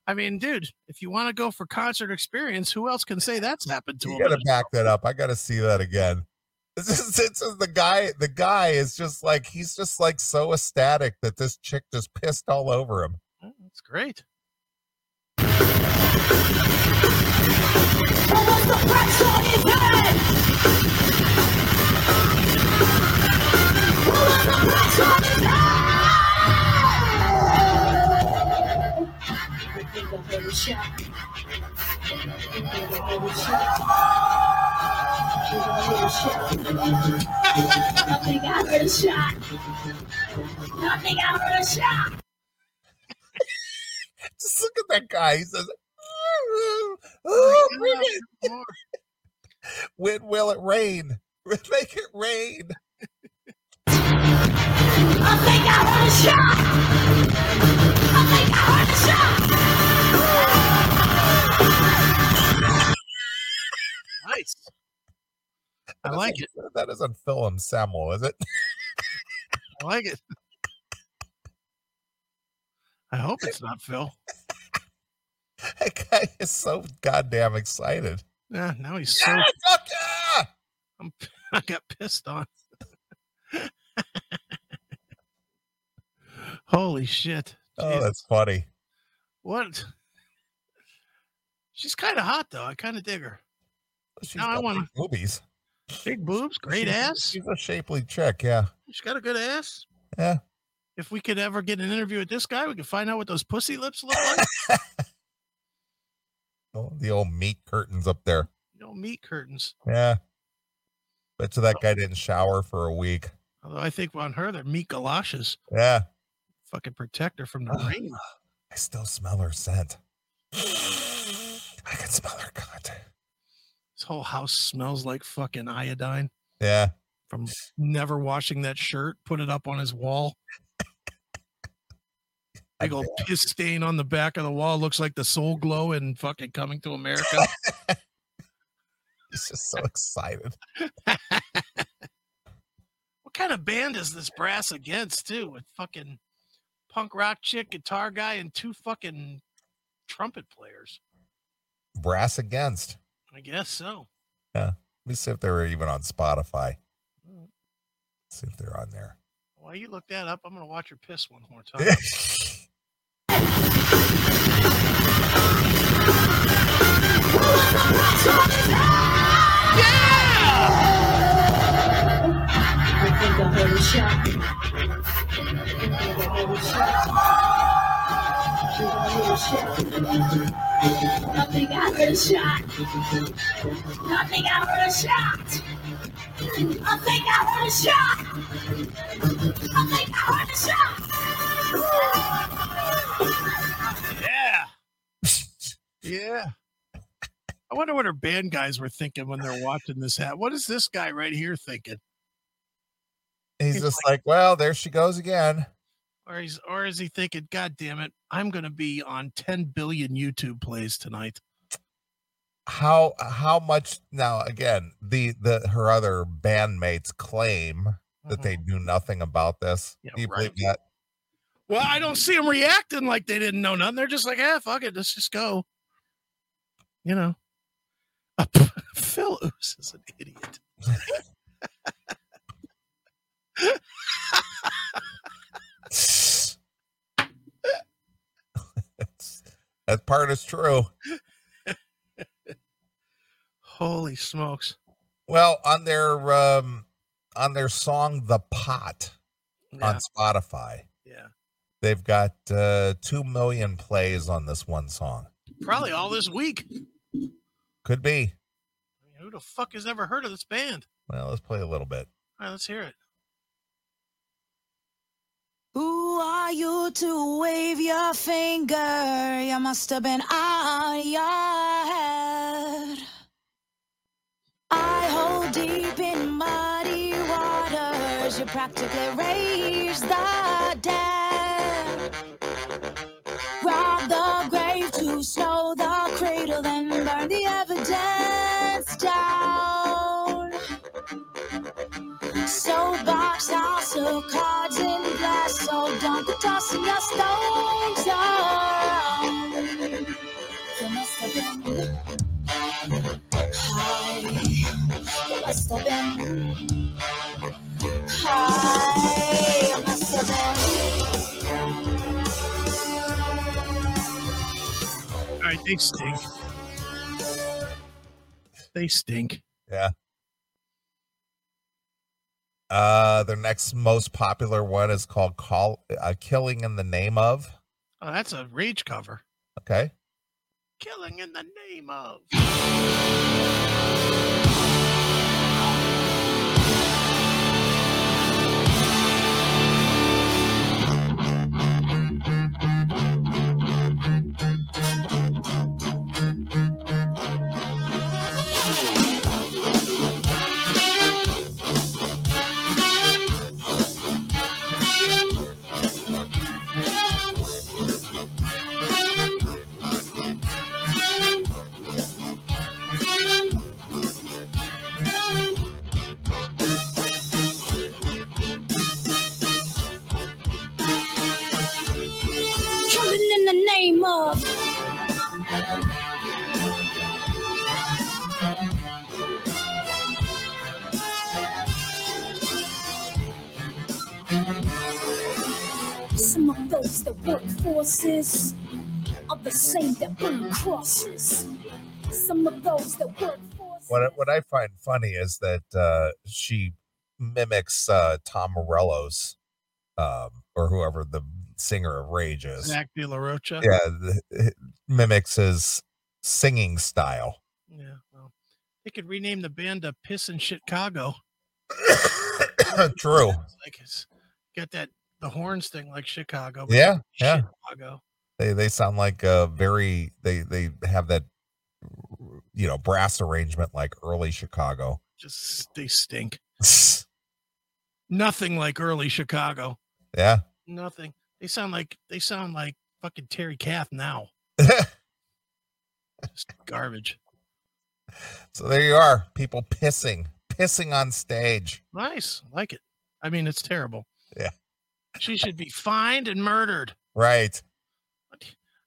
[SPEAKER 2] I mean, dude, if you want to go for concert experience, who else can say that's happened to
[SPEAKER 1] You
[SPEAKER 2] him?
[SPEAKER 1] gotta back that up. I gotta see that again. This is, this is the guy. The guy is just like he's just like so ecstatic that this chick just pissed all over him.
[SPEAKER 2] Oh, That's great.
[SPEAKER 3] Almost the press on his head. Almost the press on his head. We think of every shot. We think of every shot. We think of every shot. Nothing after the shot. Nothing after the shot.
[SPEAKER 1] Just look at that guy. He says,
[SPEAKER 2] Yeah,
[SPEAKER 1] "Oh, bring it.
[SPEAKER 2] more.
[SPEAKER 1] When will it rain? Make it rain."
[SPEAKER 3] Nothing after the shot. Nothing after the shot.
[SPEAKER 2] Nice. I
[SPEAKER 1] That
[SPEAKER 2] like
[SPEAKER 1] isn't- That isn't Phil Samuel, is it?
[SPEAKER 2] I like it. I hope it's not Phil.
[SPEAKER 1] That guy is so goddamn excited.
[SPEAKER 2] Yeah, now he's so
[SPEAKER 1] Yeah, fuck yeah!
[SPEAKER 2] I'm, I got pissed on. Holy shit.
[SPEAKER 1] Oh,
[SPEAKER 2] Jesus.
[SPEAKER 1] that's funny.
[SPEAKER 2] What? She's kind of hot though. I kind of dig her.
[SPEAKER 1] She's
[SPEAKER 2] Now I
[SPEAKER 1] got
[SPEAKER 2] wanna-
[SPEAKER 1] big boobies.
[SPEAKER 2] Big boobs, great
[SPEAKER 1] She's-
[SPEAKER 2] ass.
[SPEAKER 1] She's a shapely chick. Yeah.
[SPEAKER 2] She's got a good ass.
[SPEAKER 1] Yeah.
[SPEAKER 2] If we could ever get an interview with this guy, we could find out what those pussy lips look like.
[SPEAKER 1] Oh, The old meat curtains up there.
[SPEAKER 2] no meat curtains.
[SPEAKER 1] Yeah. Bet you that guy didn't shower for a week.
[SPEAKER 2] Although I think on her, they're meat galoshes.
[SPEAKER 1] Yeah.
[SPEAKER 2] Fucking protect her from the rain.
[SPEAKER 1] I still smell her scent. I can smell her cunt.
[SPEAKER 2] This whole house smells like fucking iodine
[SPEAKER 1] Yeah.
[SPEAKER 2] from never washing that shirt, put it up on his wall.
[SPEAKER 1] I
[SPEAKER 2] Big old piss stain on the back of the wall looks like the soul glow in fucking coming to America.
[SPEAKER 1] He's just so excited.
[SPEAKER 2] what kind of band is this brass against, too? With fucking punk rock chick, guitar guy, and two fucking trumpet players.
[SPEAKER 1] Brass against.
[SPEAKER 2] I guess so.
[SPEAKER 1] Let me see if they were even on Spotify. See if they're on there.
[SPEAKER 2] While you look that up, I'm gonna watch her piss one more time.
[SPEAKER 1] That's
[SPEAKER 3] We think of every shot. We think of every shot. We think of every shot. Nothing after the shot. Nothing after the shot. Nothing after the shot. Nothing after the shot.
[SPEAKER 2] Yeah. yeah. I wonder what her band guys were thinking when they're watching this hat. What is this guy right here thinking?
[SPEAKER 1] He's just like, well, there she goes again.
[SPEAKER 2] Or he's or is he thinking, God damn it, I'm gonna be on 10 billion YouTube plays tonight.
[SPEAKER 1] How how much now again, the the her other bandmates claim that they knew nothing about this.
[SPEAKER 2] Mm-hmm. Yeah,
[SPEAKER 1] Do you believe
[SPEAKER 2] right.
[SPEAKER 1] that?
[SPEAKER 2] Well, I don't see them reacting like they didn't know nothing. They're just like, ah, fuck it, let's just go. You know. Phil Oos is an idiot.
[SPEAKER 1] That part is true.
[SPEAKER 2] Holy smokes.
[SPEAKER 1] Well, on their um, on their song "The Pot" on Spotify,
[SPEAKER 2] yeah.
[SPEAKER 1] they've got uh, two million plays on this one song.
[SPEAKER 2] Probably all this week. I
[SPEAKER 1] Could be.
[SPEAKER 2] mean, who the fuck has ever heard of this band?
[SPEAKER 1] Well, let's play a little bit.
[SPEAKER 2] All right, let's hear it.
[SPEAKER 3] Who are you to wave your finger? You must have been on your head. I hold deep in muddy waters. You practically raise the dead. Rob the grave to snow the cradle, then burn the evidence down. So box house of cards in glass. So don't go tossing your stones around. You must have been high. You must have been high. You must have been.
[SPEAKER 2] All right, they stink. They stink.
[SPEAKER 1] Uh, their next most popular one is called "Call uh, Killing in the Name of."
[SPEAKER 2] Oh, that's a rage cover.
[SPEAKER 1] Okay,
[SPEAKER 2] Killing in the name of.
[SPEAKER 3] Killing in the name of.
[SPEAKER 4] Some of those that work forces are the same that burn crosses. Some of those that work forces.
[SPEAKER 1] what I- what I find funny is that uh, she mimics uh, Tom Morello's, um, or whoever the singer of Rage is.
[SPEAKER 2] Zach De La Rocha.
[SPEAKER 1] Yeah, th- mimics his singing style.
[SPEAKER 2] Yeah, well, they could rename the band to Piss and Chicago.
[SPEAKER 1] True.
[SPEAKER 2] It's like it's got that the horns thing like Chicago. but
[SPEAKER 1] Yeah, yeah.
[SPEAKER 2] Chicago.
[SPEAKER 1] They they sound like uh very they they have that you know brass arrangement like early Chicago.
[SPEAKER 2] Just they stink. Nothing like early Chicago.
[SPEAKER 1] yeah.
[SPEAKER 2] Nothing. They sound like they sound like fucking Terry Kath now. Just garbage.
[SPEAKER 1] so there you are. People pissing, pissing on stage.
[SPEAKER 2] Nice. Like it. I mean, it's terrible.
[SPEAKER 1] Yeah.
[SPEAKER 2] She should be fined and murdered.
[SPEAKER 1] Right.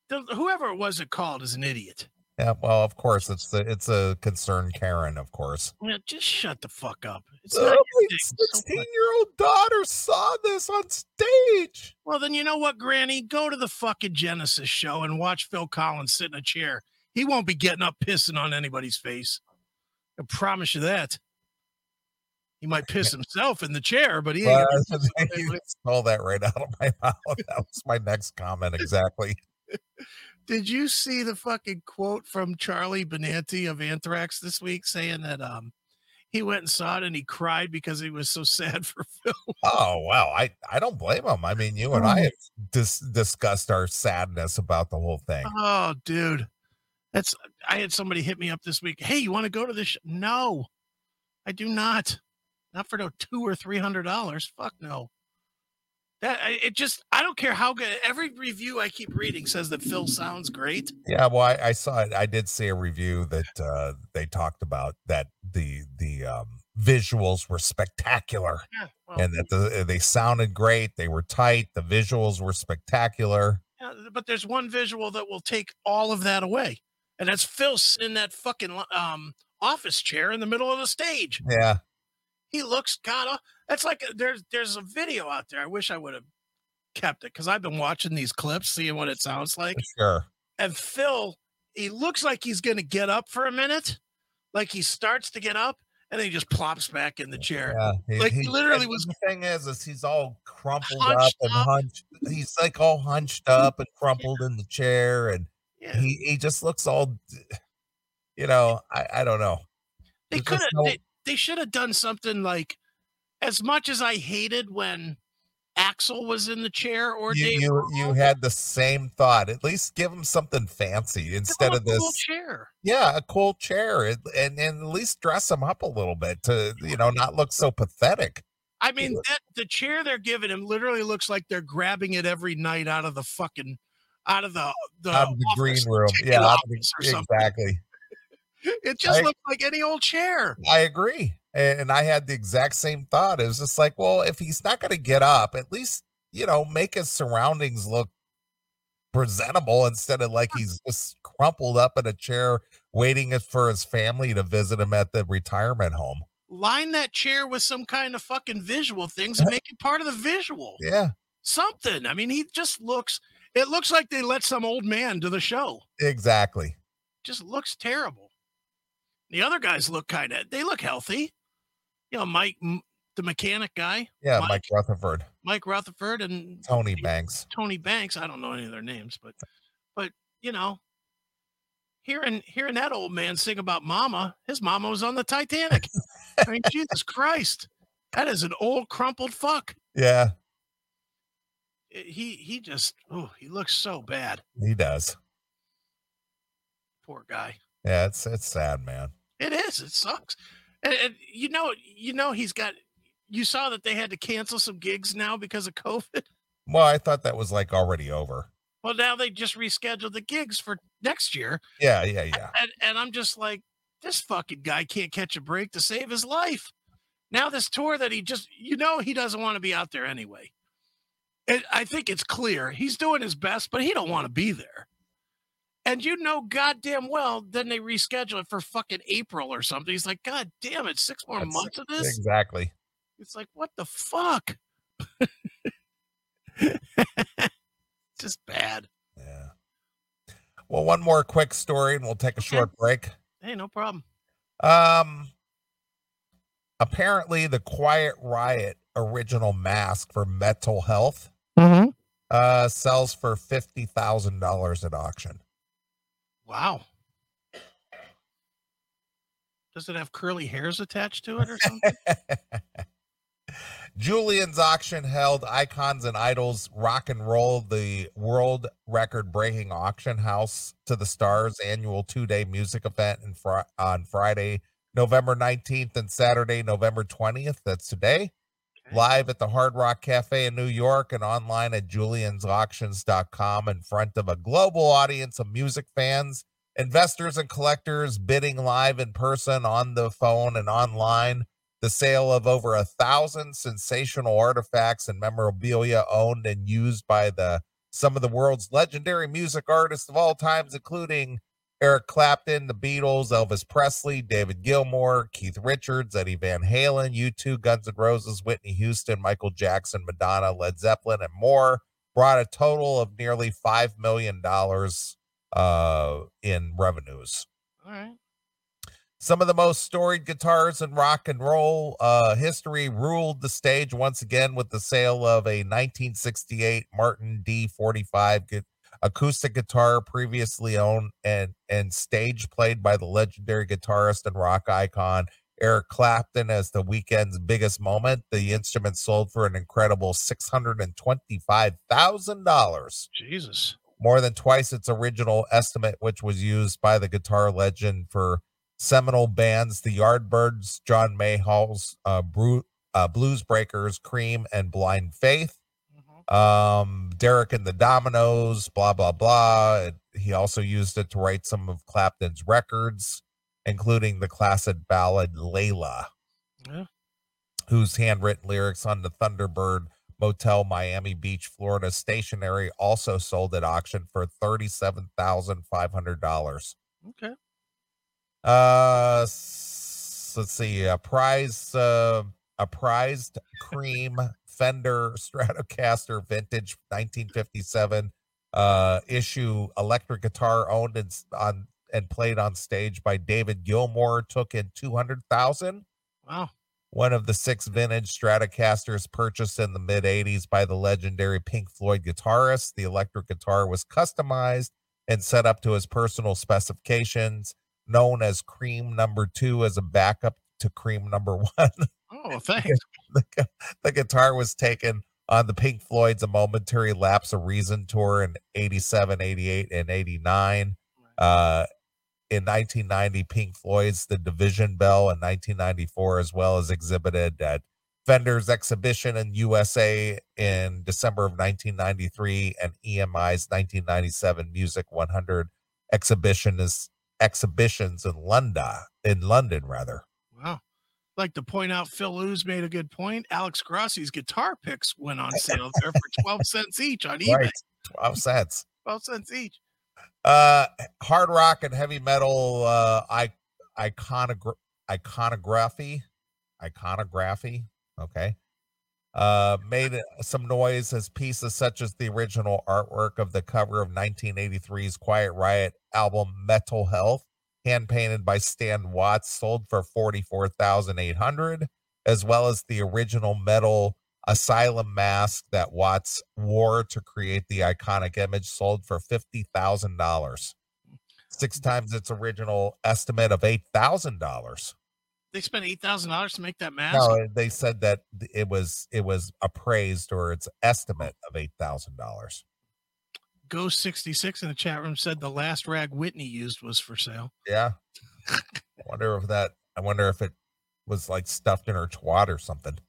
[SPEAKER 2] The- whoever it was that called is an idiot.
[SPEAKER 1] Yeah, well, of course it's the it's a concerned Karen, of course.
[SPEAKER 2] Yeah, just shut the fuck up. It's
[SPEAKER 1] Oh,
[SPEAKER 2] not your
[SPEAKER 1] my
[SPEAKER 2] thing. So what?
[SPEAKER 1] 16-year-old daughter saw this on stage.
[SPEAKER 2] Well, then you know what, Granny? Go to the fucking Genesis show and watch Phil Collins sit in a chair. He won't be getting up pissing on anybody's face. I promise you that. He might piss himself in the chair, but he ain't. gonna
[SPEAKER 1] Well,
[SPEAKER 2] piss on
[SPEAKER 1] you
[SPEAKER 2] anybody.
[SPEAKER 1] stole that right out of my mouth. That was my next comment exactly.
[SPEAKER 2] Did you see the fucking quote from Charlie Benanti of Anthrax this week saying that um he went and saw it and he cried because he was so sad for Phil?
[SPEAKER 1] Oh wow, I I don't blame him. I mean, you and I have dis- discussed our sadness about the whole thing.
[SPEAKER 2] Oh, dude. That's I had somebody hit me up this week. Hey, you want to go to this? Sh-? No, I do not. Not for no two or three hundred dollars. Fuck no. That I- it just I don't care how good every review I keep reading says that Phil sounds great.
[SPEAKER 1] Yeah, well, I, I saw it. I did see a review that uh, they talked about that the the um, visuals were spectacular
[SPEAKER 2] Yeah, well,
[SPEAKER 1] and that the, uh, they sounded great. They were tight. The visuals were spectacular.
[SPEAKER 2] yeah, but there's one visual that will take all of that away, and that's Phil sitting in that fucking lo- um office chair in the middle of the stage.
[SPEAKER 1] Yeah,
[SPEAKER 2] he looks kind of that's like a- there's there's a video out there i wish i would have kept it because i've been watching these clips seeing what it sounds like
[SPEAKER 1] sure.
[SPEAKER 2] And Phil, he looks like he's going to get up for a minute. Like he starts to get up and then he just plops back in the chair.
[SPEAKER 1] Yeah,
[SPEAKER 2] Like, he literally
[SPEAKER 1] and
[SPEAKER 2] was-
[SPEAKER 1] The thing is, is he's all crumpled up
[SPEAKER 2] Hunched
[SPEAKER 1] and
[SPEAKER 2] up.
[SPEAKER 1] hunched. He's like all hunched up and crumpled in the chair, and
[SPEAKER 2] Yeah.
[SPEAKER 1] he he just looks all. You know, I I don't know.
[SPEAKER 2] They
[SPEAKER 1] There's
[SPEAKER 2] could
[SPEAKER 1] just
[SPEAKER 2] have.
[SPEAKER 1] no-
[SPEAKER 2] They, they should have done something like. As much as I hated when Axel was in the chair or
[SPEAKER 1] You
[SPEAKER 2] Dave
[SPEAKER 1] you, you
[SPEAKER 2] Grohl,
[SPEAKER 1] had the same thought. At least give him something fancy
[SPEAKER 2] give
[SPEAKER 1] instead
[SPEAKER 2] him a
[SPEAKER 1] of this.
[SPEAKER 2] cool chair.
[SPEAKER 1] Yeah, a cool chair, and, and and at least dress him up a little bit to you know not look so pathetic.
[SPEAKER 2] I mean, that, the chair they're giving him literally looks like they're grabbing it every night out of the fucking, out of the the,
[SPEAKER 1] out of the
[SPEAKER 2] office.
[SPEAKER 1] green room,
[SPEAKER 2] ticket
[SPEAKER 1] yeah, out of the-
[SPEAKER 2] office or something.
[SPEAKER 1] exactly.
[SPEAKER 2] It just
[SPEAKER 1] I-
[SPEAKER 2] looked like any old chair.
[SPEAKER 1] I agree. And, and I had the exact same thought. It was just like, well, if he's not going to get up, at least, you know, make his surroundings look presentable instead of like he's just crumpled up in a chair waiting it- for his family to visit him at the retirement home.
[SPEAKER 2] Line that chair with some kind of fucking visual things and make it part of the visual.
[SPEAKER 1] Yeah,
[SPEAKER 2] Something. I mean, he just looks. It looks like they let some old man to the show.
[SPEAKER 1] exactly.
[SPEAKER 2] just looks terrible. The other guys look kind of they look healthy. You know, Mike, M- the mechanic guy,
[SPEAKER 1] Yeah,
[SPEAKER 2] Mike-
[SPEAKER 1] Mike Rutherford,
[SPEAKER 2] Mike Rutherford, and
[SPEAKER 1] Tony Banks.
[SPEAKER 2] Tony Banks. I don't know any of their names, but but you know, hearing hearing that old man sing about Mama, his Mama was on the Titanic. I mean, Jesus Christ, that is an old crumpled fuck.
[SPEAKER 1] Yeah,
[SPEAKER 2] It- he he just oh he looks so bad.
[SPEAKER 1] he does.
[SPEAKER 2] Poor guy.
[SPEAKER 1] Yeah, it's it's sad, man.
[SPEAKER 2] It is. It sucks. And, and you know, you know, he's got. You saw that they had to cancel some gigs now because of COVID.
[SPEAKER 1] Well, I thought that was like already over.
[SPEAKER 2] Well, now they just rescheduled the gigs for next year,
[SPEAKER 1] Yeah, yeah, yeah.
[SPEAKER 2] and and I'm just like, this fucking guy can't catch a break to save his life. Now this tour that he just, you know, he doesn't want to be out there anyway. And I think it's clear he's doing his best, but he don't want to be there. And you know, goddamn well, then they reschedule it for fucking April or something. He's like, God damn it, six more
[SPEAKER 1] That's-
[SPEAKER 2] months of this.
[SPEAKER 1] Exactly.
[SPEAKER 2] It's like, what the fuck? Just bad.
[SPEAKER 1] Yeah. Well, one more quick story and we'll take a
[SPEAKER 2] Okay.
[SPEAKER 1] short break.
[SPEAKER 2] Hey, no problem.
[SPEAKER 1] Um apparently the Quiet Riot original mask for mental health uh sells for fifty thousand dollars at auction.
[SPEAKER 2] Wow. Does it have curly hairs attached to it or something?
[SPEAKER 1] Julian's auction held Icons and Idols Rock and Roll, the world record breaking auction house to the stars annual two day music event in Fri on Friday, November 19th and Saturday, November 20th. That's today.
[SPEAKER 2] Okay.
[SPEAKER 1] Live at the Hard Rock Cafe in New York and online at juliansauctions.com in front of a global audience of music fans, investors, and collectors bidding live in person, on the phone, and online the sale of over a thousand sensational artifacts and memorabilia owned and used by the some of the world's legendary music artists of all times, including Eric Clapton, the Beatles, Elvis Presley, David Gilmour, Keith Richards, Eddie Van Halen, U2, Guns N' Roses, Whitney Houston, Michael Jackson, Madonna, Led Zeppelin, and more. Brought a total of nearly five million dollars uh, in revenues
[SPEAKER 2] All right.
[SPEAKER 1] some of the most storied guitars in rock and roll uh, history ruled the stage once again with the sale of a 1968 Martin D45 gu- acoustic guitar previously owned and and stage played by the legendary guitarist and rock icon Eric Clapton as the weekend's biggest moment. The instrument sold for an incredible $625,000
[SPEAKER 2] Jesus.
[SPEAKER 1] more than twice its original estimate, which was used by the guitar legend for seminal bands the Yardbirds, John Mayhall's uh, Bru- uh, Blues Breakers, Cream, and Blind Faith
[SPEAKER 2] Mhm.
[SPEAKER 1] um derek and the dominoes blah blah blah It- he also used it to write some of clapton's records including the classic ballad layla
[SPEAKER 2] Yeah.
[SPEAKER 1] whose handwritten lyrics on the thunderbird motel miami beach florida stationery also sold at auction for $37500
[SPEAKER 2] Okay.
[SPEAKER 1] uh s- let's see a prize uh a prized cream Fender Stratocaster vintage 1957 uh, issue electric guitar owned and s- on and played on stage by David Gilmour took in two hundred thousand.
[SPEAKER 2] Wow.
[SPEAKER 1] One of the six vintage Stratocasters purchased in the mid 80s by the legendary Pink Floyd guitarist. The electric guitar was customized and set up to his personal specifications, known as Cream Number Two as a backup to Cream Number One.
[SPEAKER 2] Oh, thanks.
[SPEAKER 1] the, gu- the guitar was taken on the Pink Floyd's A Momentary Lapse of Reason tour in 87, 88, and 89. Uh, in 1990, Pink Floyd's The Division Bell in 1994, as well as exhibited at Fender's exhibition in USA in December of 1993 and E EMI's 1997 Music 100 exhibition is exhibitions in London, in London rather.
[SPEAKER 2] Wow. Like to point out, Phil Lewis made a good point. Alex Grossi's guitar picks went on sale there for 12 cents each on eBay.
[SPEAKER 1] Right. 12 cents.
[SPEAKER 2] 12 cents each.
[SPEAKER 1] uh hard rock and heavy metal uh i iconogra- iconography iconography okay uh made it- some noise as pieces such as the original artwork of the cover of 1983's quiet riot album metal health hand painted by stan watts sold for 44800 as well as the original metal asylum mask that Watts wore to create the iconic image sold for fifty thousand dollars, six times its original estimate of eight thousand dollars.
[SPEAKER 2] They spent $8,000 to make that mask.
[SPEAKER 1] No, they said that th- it was it was appraised or its estimate of eight thousand dollars.
[SPEAKER 2] Ghost 66 in the chat room said the last rag Whitney used was for sale.
[SPEAKER 1] Yeah, I wonder if that. I wonder if it was like stuffed in her twat or something.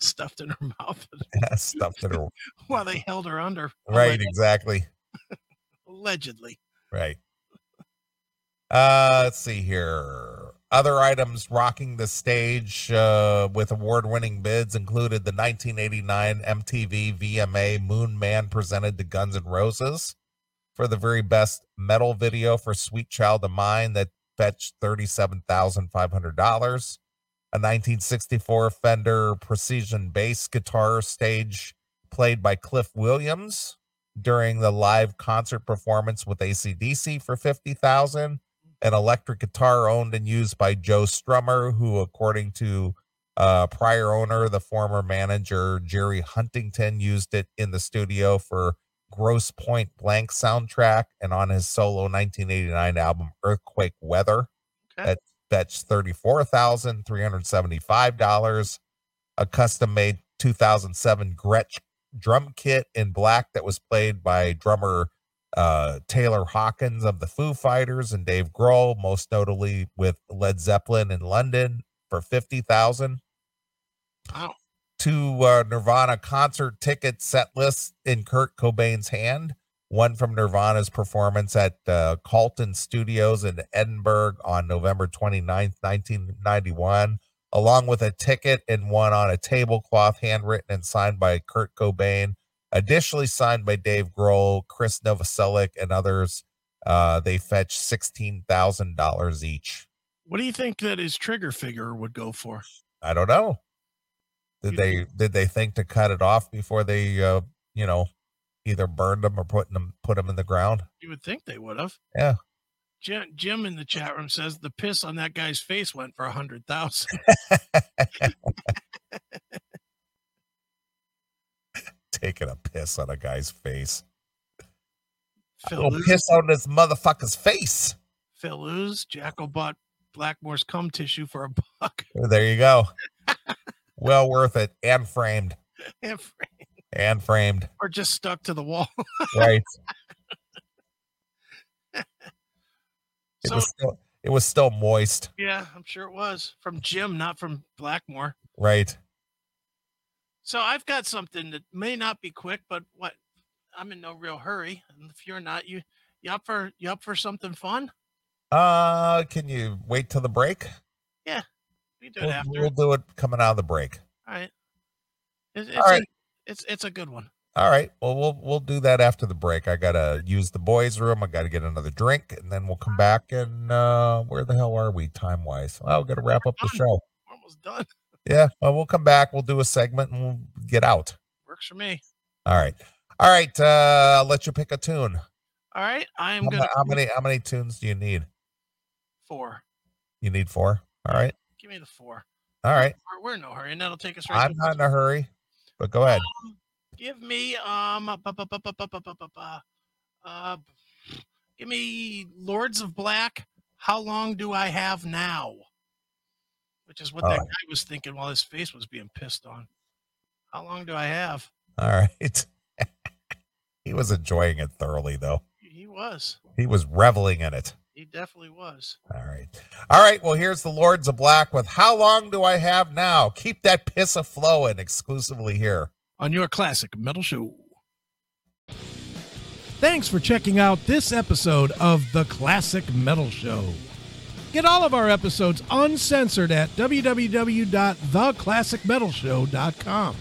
[SPEAKER 2] Stuffed in her mouth
[SPEAKER 1] stuffed in her.
[SPEAKER 2] while they held her under.
[SPEAKER 1] Right,
[SPEAKER 2] alleg-
[SPEAKER 1] exactly.
[SPEAKER 2] Allegedly.
[SPEAKER 1] Right. Uh, let's see here. Other items rocking the stage uh, with award winning bids included the 1989 MTV VMA Moon Man presented to Guns N' Roses for the very best metal video for Sweet Child of Mine that fetched $37,500. A 1964 Fender Precision bass guitar stage played by Cliff Williams during the live concert performance with ACDC for 50,000, an electric guitar owned and used by Joe Strummer, who, according to uh, prior owner, the former manager Jerry Huntington, used it in the studio for Gross Point Blank soundtrack and on his solo 1989 album Earthquake Weather.
[SPEAKER 2] Okay.
[SPEAKER 1] That fetched $34,375. A custom made 2007 Gretsch drum kit in black that was played by drummer uh, Taylor Hawkins of the Foo Fighters and Dave Grohl, most notably with Led Zeppelin in London for fifty thousand.
[SPEAKER 2] Wow.
[SPEAKER 1] Two uh, Nirvana concert ticket set lists in Kurt Cobain's hand. One from Nirvana's performance at uh, Carlton Studios in Edinburgh on November 29th, 1991, along with a ticket and one on a tablecloth handwritten and signed by Kurt Cobain. Additionally signed by Dave Grohl, Chris Novoselic, and others. Uh, they fetched $16,000 each.
[SPEAKER 2] What do you think that his trigger figure would go for?
[SPEAKER 1] I don't know. Did
[SPEAKER 2] You-
[SPEAKER 1] they did they think to cut it off before they uh, you know either burned them or put them put them in the ground?
[SPEAKER 2] You would think they would have.
[SPEAKER 1] Yeah.
[SPEAKER 2] Jim, Jim in the chat room says the piss on that guy's face went for a hundred thousand.
[SPEAKER 1] Taking a piss on a guy's face. A
[SPEAKER 2] Phil
[SPEAKER 1] little
[SPEAKER 2] Lewis,
[SPEAKER 1] Oh, piss on this motherfucker's face.
[SPEAKER 2] Phil Lewis, Jackal bought Blackmore's cum tissue for a buck.
[SPEAKER 1] There you go. well worth it. And framed. And framed.
[SPEAKER 2] or just stuck to the wall.
[SPEAKER 1] Right. It
[SPEAKER 2] So
[SPEAKER 1] was still it was still moist.
[SPEAKER 2] yeah, I'm sure it was from Jim, not from Blackmore.
[SPEAKER 1] Right.
[SPEAKER 2] So I've got something that may not be quick, but what I'm in no real hurry. And if you're not, you you up for you up for something fun?
[SPEAKER 1] Uh can you wait till the break?
[SPEAKER 2] We do it
[SPEAKER 1] We'll,
[SPEAKER 2] after.
[SPEAKER 1] we'll do it coming out of the break.
[SPEAKER 2] All right. It's, it's,
[SPEAKER 1] All right.
[SPEAKER 2] A, it's it's a good one.
[SPEAKER 1] All right. Well, we'll we'll do that after the break. I gotta use the boys' room. I gotta get another drink, and then we'll come back and uh where the hell are we time wise? Well, we gotta wrap up the
[SPEAKER 2] We're
[SPEAKER 1] show.
[SPEAKER 2] We're almost done.
[SPEAKER 1] Yeah. Well, we'll come back. We'll do a segment and we'll get out.
[SPEAKER 2] Works for me.
[SPEAKER 1] All right. All right, uh, I'll let you pick a tune.
[SPEAKER 2] All right, I'm
[SPEAKER 1] How, mu-
[SPEAKER 2] gonna
[SPEAKER 1] how many how many tunes do you need?
[SPEAKER 2] four.
[SPEAKER 1] You need four. All right.
[SPEAKER 2] Give me the four.
[SPEAKER 1] All right.
[SPEAKER 2] We're- We're in no hurry, and that'll take us right.
[SPEAKER 1] I'm
[SPEAKER 2] to-
[SPEAKER 1] not in a hurry, but go ahead.
[SPEAKER 2] Give me um, bu- bu- bu- bu- bu- bu- bu- bu- bu- uh, give me Lords of Black. How long do I have now? Which is what that
[SPEAKER 1] Oh.
[SPEAKER 2] guy was thinking while his face was being pissed on. How long do I have?
[SPEAKER 1] All right. he was enjoying it thoroughly though.
[SPEAKER 2] He was.
[SPEAKER 1] He was reveling in it.
[SPEAKER 2] He definitely was.
[SPEAKER 1] All right. All right. Well, here's the Lords of Black with How Long Do I Have Now? Keep that piss a flowing exclusively here.
[SPEAKER 2] On your classic metal show.
[SPEAKER 5] Thanks for checking out this episode of The Classic Metal Show. Get all of our episodes uncensored at www.theclassicmetalshow.com.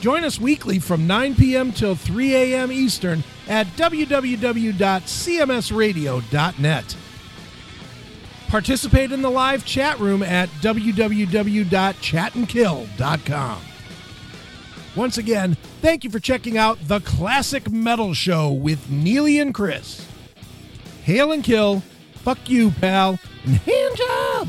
[SPEAKER 5] Join us weekly from 9 p.m. till 3 a.m. Eastern at www.cmsradio.net. Participate in the live chat room at www.chatandkill.com. Once again, thank you for checking out The Classic Metal Show with Neely and Chris. Hail and kill, fuck you, pal, and hand job!